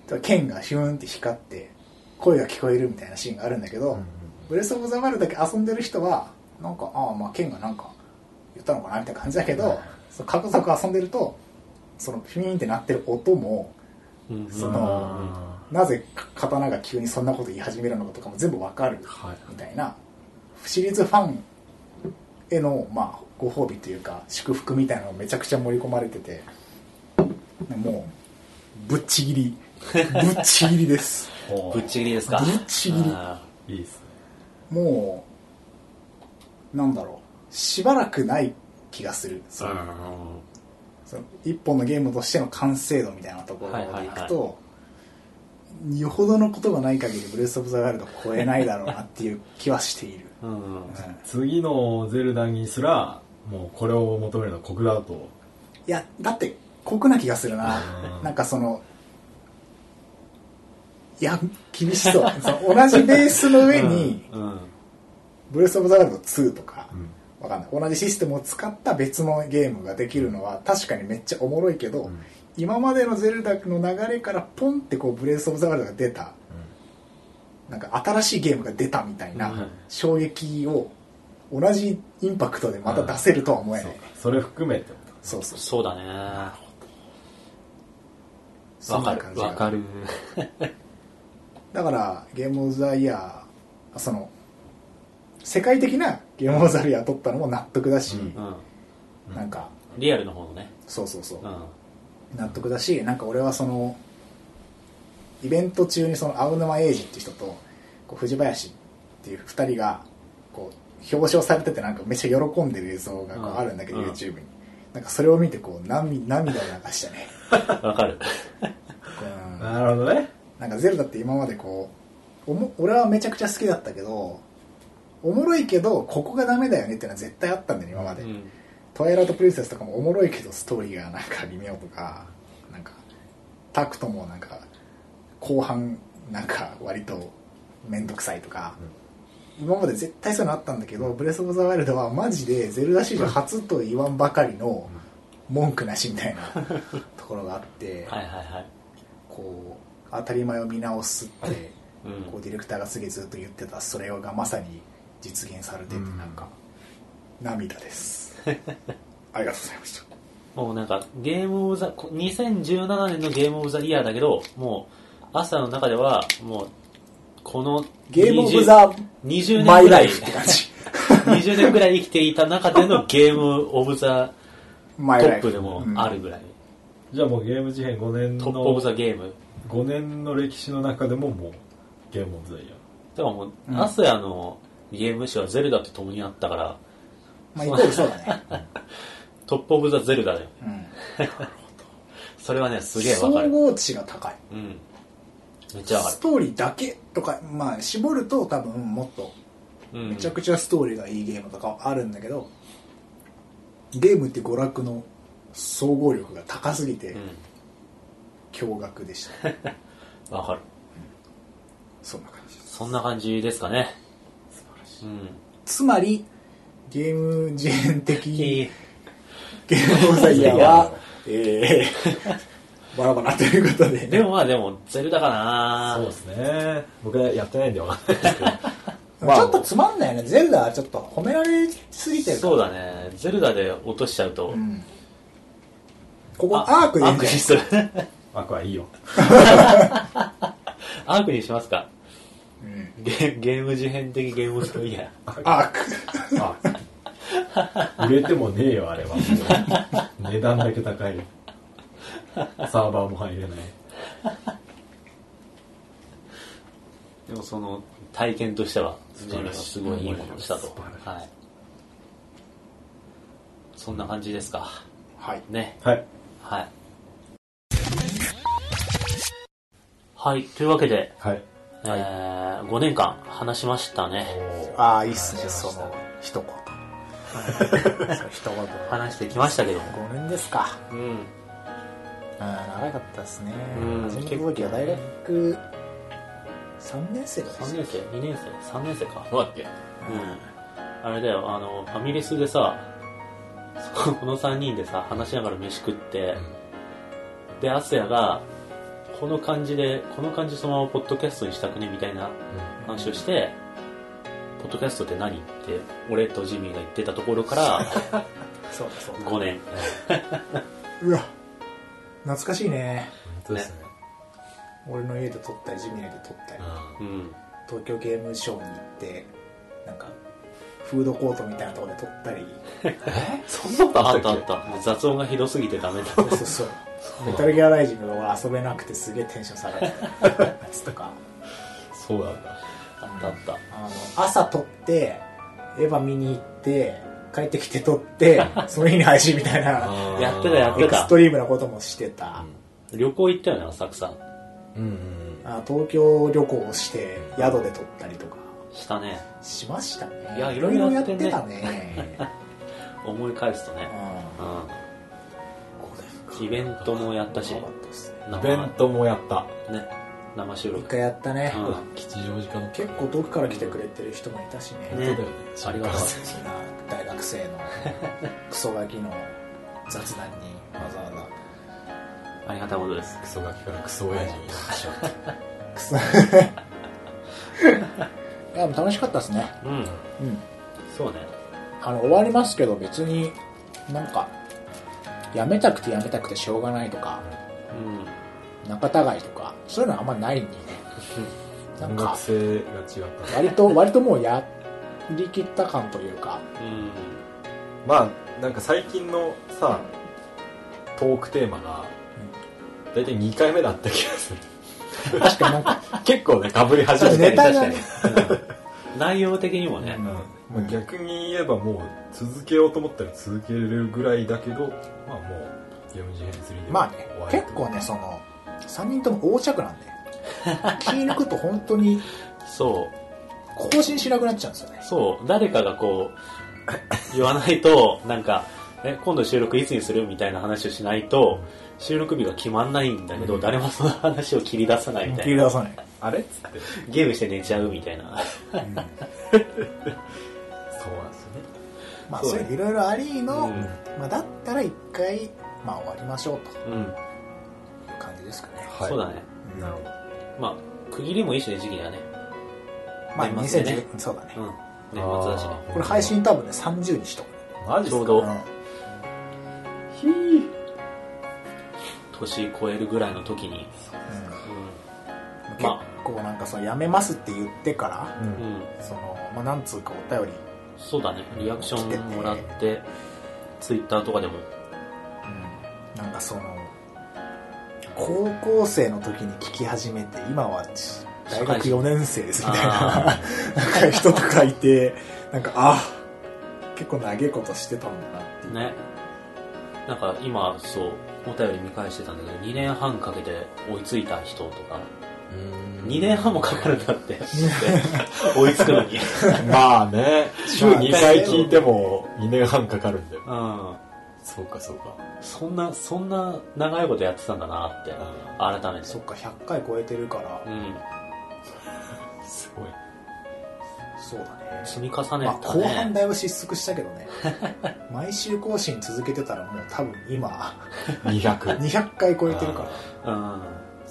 B: う剣がヒューンって光って声が聞こえるみたいなシーンがあるんだけど、ブレス・オブ・ザ・ワイルドだけ遊んでる人はなんかああまあ剣がなんか言ったのかなみたいな感じだけどその過去作遊んでるとそのピーンって鳴ってる音も
A: うん。うん。
B: そのなぜ刀が急にそんなこと言い始めるのかとかも全部わかる
C: はい
B: みたいなシリーズファンへのまあご褒美というか祝福みたいなのがめちゃくちゃ盛り込まれててもうぶっちぎりぶっちぎりです。
A: ぶっちぎりですか
B: ぶっちぎり
A: あ
C: いいっすね
B: もう、なんだろう。しばらくない気がする。
A: ーうん
B: その一本のゲームとしての完成度みたいなところでいくと、よほどのことがない限りブレス・オブ・ザ・ワイルドを超えないだろうなっていう気はしている、
A: うんうん
B: うんい
C: 次のゼルダにすらもうこれを求めるのは酷だと
B: やだって酷な気がするな
C: うん
B: なんかそのいや厳しそうその同じベースの上に
A: うん
B: ブレス・オブ・ザ・ワイルド2とか
C: うん
B: わかんない同じシステムを使った別のゲームができるのは確かにめっちゃおもろいけど、
C: うん
B: 今までのゼルダの流れからポンってこうブレス・オブ・ザ・ワイルドが出たなんか新しいゲームが出たみたいな
A: うん
B: 衝撃を同じインパクトでまた出せるとは思え
C: そ
B: な
C: う
B: い、
C: かそれ含めて
B: そうそう
A: そうだね
B: そ
A: わ
B: ん
A: か
B: な感
A: る
B: じが
A: わかる
B: だからゲームオブザイヤーその世界的なゲームオブザイヤー取ったのも納得だし、
C: うん
A: うん
B: なんか
A: リアルの方のね
B: そうそうそう、
A: うん
B: 納得だしなんか俺はそのイベント中にその青沼英二って人とこう藤林っていう2人がこう表彰されててなんかめっちゃ喜んでる映像がこ
A: う
B: うんあるんだけど、
A: うん
B: YouTube になんかそれを見てこう涙涙を流したね
A: わかる
B: うん
C: なるほどね
B: なんかゼルダって今までこうおも俺はめちゃくちゃ好きだったけどおもろいけどここがダメだよねっていうのは絶対あったんだよね今まで、
A: うん
B: トワイライトプリンセスとかもおもろいけどストーリーがなんか微妙とかなんかタクトもなんか後半なんか割と面倒くさいとか、今まで絶対そういうのあったんだけど「ブレス・オブ・ザ・ワイルド」はマジでゼルダ史上初と言わんばかりの文句なしみたいなところがあって、
A: はいはいはい
B: こう当たり前を見直すって
A: うん
B: こうディレクターがすげえずっと言ってたそれがまさに実現されてて
C: うん
B: なんか涙です ありがとうございました
A: もうなんか、ゲームオブザ、こ2017年のゲームオブザイヤーだけど、もう、朝の中では、もう、この、
B: ゲームオブザ
A: 20 20
B: マ
A: 年
B: イ
A: ぐ
B: ラ
A: ら
B: イ
A: い、
B: フって感 じ
A: 20年ぐらい生きていた中でのゲームオブザ
B: マ
A: ト
B: イライ
A: ッ
B: フ
A: プでもあるぐらい。
C: じゃあもうゲーム事変5年の
A: トップオブザゲーム。
C: 5年の歴史の中でももうゲームオブザイヤー
A: でももう、
B: うん
A: アスヤのゲーム誌はゼルダと共にあったから、
B: まあイコールそうだね、
A: トップオブザゼルダだよ。
B: うん、
A: それはね、 すげえ
B: 総
A: わかる。
B: 合値が高い
A: うん。めっちゃわか
B: ストーリーだけとかまあ絞ると多分もっと
A: る。うん。
B: めちゃくちゃストーリーがいいゲームとかはあるんだけどゲームって娯楽の総合力が高すぎて
A: うん。
B: 驚愕でし た、
A: わかる。
B: そんな感じです
A: そんな感じですかね。
C: 素晴らしい
A: うん。
B: つまりゲーム人的
A: い
B: ゲームオブザイヤーは、えー、 バラバラということで、
A: いでもまあでも、ゼルダかな
C: そうですね僕はやってないんで分かんないです けどまあ
B: ちょっとつまんないよねゼルダはちょっと褒められすぎてるから
A: そうだね。ゼルダで落としちゃうと、
B: うんここアークでいいん
A: アークに
B: じゃない
A: する。
C: アクはいいよ
A: アークにしますか
B: うん
A: ゲゲーム事変的ゲームストイヤ
B: アーク
C: あ売れてもねえよあれは値段だけ高いサーバーも入れない
A: ー。でもその体験としては、
C: 素晴らしい
A: すごいいいものをしたと
C: 素。晴らしい
A: はい。そんな感じですか。
B: はい
A: ね。
C: はい
A: はい。はい。というわけで、
C: はい
A: えー、5年間話しましたね。
B: ああいいっすねその一言その一言
A: 話してきましたけども。
B: 5年ですか
A: うん。
B: うん長かったですね
A: うん
B: 始めた時は大学3年生だった
A: 3年生2年生3年生かどうだっけうんあれだよあのファミレスでさ そこの3人でさ話しながら飯食って、でアスヤがこの感じでこの感じそのままポッドキャストにしたくねみたいな話をして、ポッドキャストって何って俺とジミーが言ってたところ から
B: そうだそうだ
A: 5年
B: うわ懐かしいね
C: そうですね
B: 俺の家で撮ったりジミネで撮ったり
A: うん
B: 東京ゲームショウに行ってなんかフードコートみたいなところで撮ったり
A: そんなことあったあったもう雑音がひどすぎてダメだ
B: そうそうそうメタルギアライジングが俺遊べなくてすげえテンション下がったやつとか
C: そうなんだあったあった
B: あの朝撮ってエヴァ見に行って帰ってきて撮ってその日に配信みたいな
C: あー
A: やってたやっ
B: エ
A: て
B: クス
A: た
B: ト。リームなこともしてた、
A: 旅行行ったよね、浅草。
C: うんうんうん
B: あ東京旅行をして宿で撮ったりとか
A: したね。
B: しましたね
A: いやいろいろやってね
B: いろいろやってたね
A: 思い返すとね。
B: う
A: うん。イベントもやったし
B: んよ、かったですね
A: 生
C: イベントもやった
A: ね、生収
B: 一
A: 録。
B: 回やったね、
A: うん
C: 吉祥寺かの
B: 結構遠くから来てくれてる人もいたしね
A: ね
C: 本当だよね
A: ありがとう
B: そんな 大学生のクソガキの雑談にわざわ
A: ありがたいことです。
C: クソガキからクソ親父になっちゃった
B: ざ クソいやでも楽しかったですね
A: うん。
B: うん
A: そうね。
B: あの終わりますけど別になんかやめたくてやめたくてしょうがないとか
A: うん。
B: 仲違いとかそういうのはあんまないん でねなん
C: 音
B: か
C: 楽性が違った
B: 割と割ともうやりきった感というか
A: うん。
C: まあなんか最近のさトークテーマが大体2回目だった気がする
B: 確かになんか
C: 結構ねかぶり始めて
B: ネタが
C: に
B: ね
A: 内容的にもね
B: う、ん
C: うん逆に言えばもう続けようと思ったら続けれるぐらいだけどまあもう4次編3で
B: まあね結構ねその3人とも横着なんで気抜くと本当に
A: そう。
B: 更新しなくなっちゃうんですよね
A: そう、誰かがこう、言わないと、なんか、え、今度収録いつにするみたいな話をしないと、収録日が決まんないんだけど、誰もその話を切り出さないみたい
B: 切り
A: な。
B: 出さない
C: あれっつって
A: ゲームして寝ちゃうみたいな。
C: そうなんですよね
B: まあ
A: そう
B: そ
A: だね
B: れいろいろありの、
A: うん
B: まあ、だったら一回、まあ、終わりましょうという
A: うん。
B: 感じですかね、
A: そうだね。
B: うん
C: なるほ
A: まあ、区切りもいいしね、時期がね。
B: まあ
A: 年末でね
B: 2010そうだね
A: うん。年末だしね。
B: これ配信多分ね30日とか、
C: どマジ
A: ちょう
B: う
A: ど
B: ん、
A: 年超えるぐらいの時に。
B: 結構なんかそのやめますって言ってから、
A: うん。うん。
B: そのまあ、なんつうかお便り、
A: そうだね。リアクションもらって、ツイッターと かでも。
B: なんかその高校生の時に聞き始めて今は大学4年生ですみたいな
A: あ
B: なんか人とかいてなんかあ結構長いことしてたんだなっていう、
A: ね。なんか今、そう、お便り見返してたんだけど、2年半かけて追いついた人とか、2年半もかかるんだ って、追いつくのに。うん。
C: まあ ね週
B: まあ
C: 2回聞いても2年半かかるんだよそうかそうか
A: そんな、そんな長いことやってたんだなって、改めて。
B: そっか100回超えてるから
A: うん。
C: すごい
B: そうだね
A: 積み重ね
B: まあ、
A: た
B: 後半
A: ね。
B: だいぶ失速したけどね毎週更新続けてたらもう多分今
C: 200
B: 200回超えてるから
A: うん。ま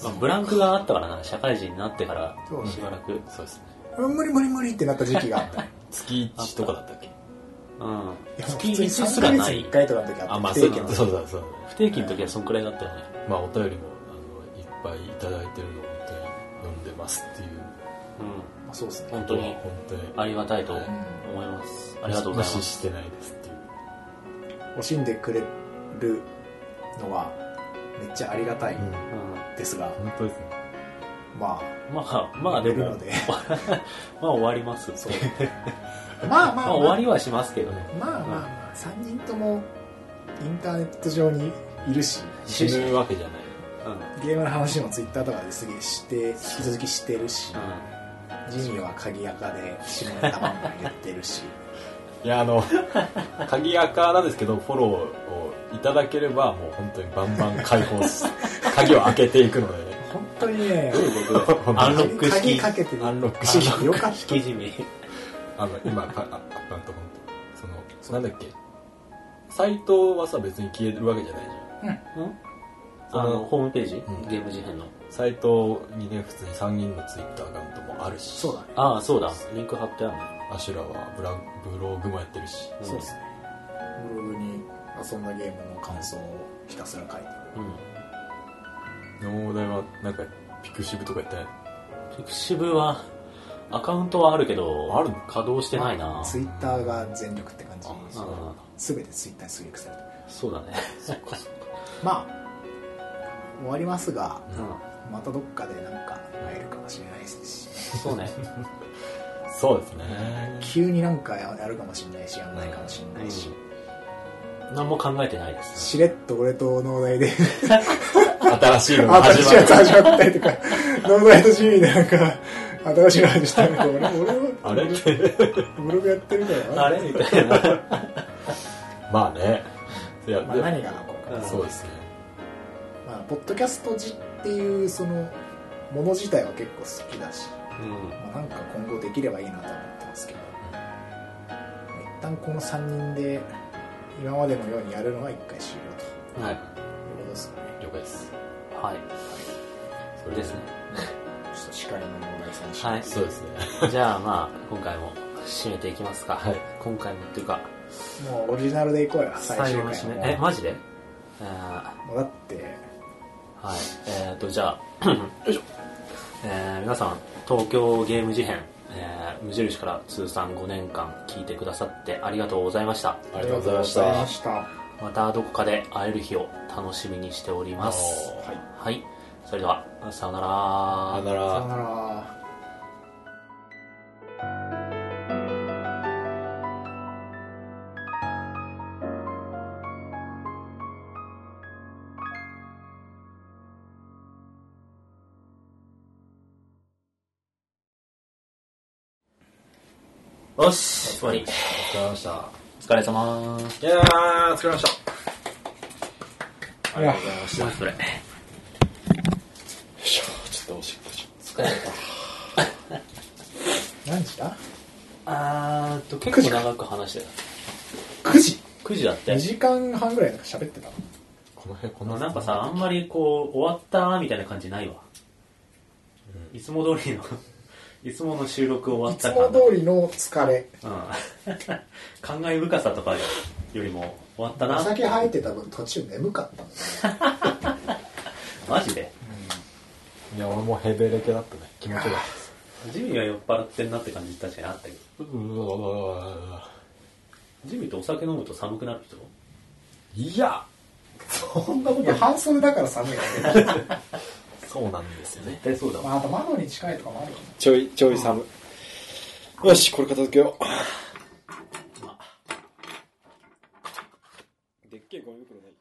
A: あ、ブランクがあったからな、社会人になってから、
B: そうね
A: しばらく。
C: そうですね
B: うん無理無理無理ってなった時期があったね
C: 月1とかだったっけ
A: うん。
B: いやもう
A: 月
B: 普通に
A: 1
B: 3
A: す
B: ヶ
A: ら
B: 月
A: な
B: に
A: い
B: 1。回とかの時あった
C: あまあ
B: 不
C: そ
B: 定
C: う
B: 期
C: だ
B: の時
C: そうだそうだ
A: 不定期の時はそんくらいだったよね。
C: まあ、お便りもあのいっぱいいただいてるのを本当に読んでますっていう
A: うん。
B: まあそうですね
A: 本
C: こと
A: 当
C: は
A: に
C: 本当に
A: ありがたいと
B: う
A: 思い
B: ん
A: ます。ありがとうございま
C: 無視
A: す。
C: してないですっていう
B: 惜しんでくれるのはめっちゃありがたい
C: うん
A: う
B: ですが、
C: 本当ですね
B: ま
A: ん。まあ、まあ
B: あ
A: で
B: 出る
A: も
B: の、で
A: まあ終わります。 そう。
B: まあまあま
A: ま
B: あ
A: あ終わりはしますけどね。
B: まあまあまあ3人ともインターネット上にいるし
C: 死ぬわけじゃない
A: うん。うん。
B: ゲームの話もツイッターとかですげえして引き続きしてるし、ジミーは鍵垢で下ネタばんばん言ってるし
C: いやあの 鍵垢なんですけどフォローをいただければもう本当にバンバン開放 す鍵を開けていくのでね
B: 本当にね
A: アンロック式
B: 鍵。かけてる
C: アンロック
B: 鍵
C: 式
B: よかった
A: 式じみ。
C: あの今かあアカウント本当そのなんだっけサイトはさ別に消えるわけじゃないじゃん
A: あの、ホームページ
C: ん
A: ゲーム事変の。
C: サイトにね普通に3人のツイッターアカウントもあるし
B: そうだね
A: ああ、そうだ。リンク貼ってあるね。
C: アシュラはブラブログもやってるし
A: うん
B: そうですねブログに遊んだゲームの感想をひたすら書いて
A: うん。
C: 農大はなんかピクシブとかやってない
A: ピクシブは、アカウントはあるけど、
C: あるの
A: 稼働してないな。
B: ツイッターが全力って感じ
C: あ
A: うん
C: そうなんだ
B: 全てツイッターに集約されてる
A: そうだね。
B: まあ終わりますが、
A: う
B: またどっかでなんか会えるかもしれないですし、
A: ん、そうね。
C: そうですね
B: 急になんかややるかもしれないし、やらないかもしれないし、
A: 何も考えてないです、
B: しれっと俺と脳内で、
C: 新しいのが
B: 新しい
C: 始ま
B: や
C: る
B: つ始まったりとか、脳内とジミーでなんか、新しいの始したりとか、 俺、俺は、
C: あれ
B: ブログやってるから、
A: あれみたいな。
C: まあねいや、
B: まあ、
C: でも
B: 何が残るか、
A: うん
C: そうですね
B: まあ、ポッドキャストじっていう、その、もの自体は結構好きだし、
A: うん。
B: まあ、なんか今後できればいいなと思ってますけど、一旦この3人で今までのようにやるのは一回終了と
A: はい。
B: いうことですかね
C: 了解です
A: はい。
C: それ
A: ですね。
B: ちょっと司会の問題さんし、
A: はい。
C: そうですね
A: じゃあまあ、今回も締めていきますか。
C: はい
A: 今回もっていうか、
B: もうオリジナルでいこうよ最
A: 最
B: 終
A: 後の
B: 回は
A: 締
B: もう
A: め。え、マジであ
B: もうだって
A: ーはい。えっ、と、じゃあ、 よいしょ。えー皆さん、東京ゲーム事変、えー無印から通算5年間聞いてくださってありがとうございました。
C: ありがとうございました
B: ありがとうございました
A: またどこかで会える日を楽しみにしております。
C: おー
B: はい
A: はい。それでは、さようなら。
C: さよなら
B: さよなら
A: よし、終わり。
C: お疲れ様でした
A: お疲れ様
C: いやー、疲れました。ありがとうございました。
A: それ。
C: ちょっとおしっこしよ
A: 疲れた。
B: 何時だ
A: あーっと、結構長く話して
B: 9時
A: た。9時だって
B: 2。時間半ぐらいなんか喋ってたの
C: うこの辺、この
A: なんかさ、あんまりこう、終わったみたいな感じないわ。いつも通りの、 いつもの収録終わ
B: い
A: った
B: つ
A: 感
B: も通りの疲れ
A: うん。 感慨深さとかよりも、終わった
B: お
A: な。
B: 酒入ってた分途中眠かったの
A: マジで。
C: いや、俺もヘベレケだったね。気持ちが。
A: ジミーは酔っ払ってんなって感じ確かにあったけど。
C: うわ
A: ジミーってお酒飲むと寒くなる人
C: いや、
B: そんなこと半袖だから寒いよね
C: そうなんですよね
A: 絶。対そうだわ。
B: まあ、あと窓に近いとかもあるよね
C: ちょい、ちょい寒。よし、これ片付けよう。でっけえゴミ袋ない。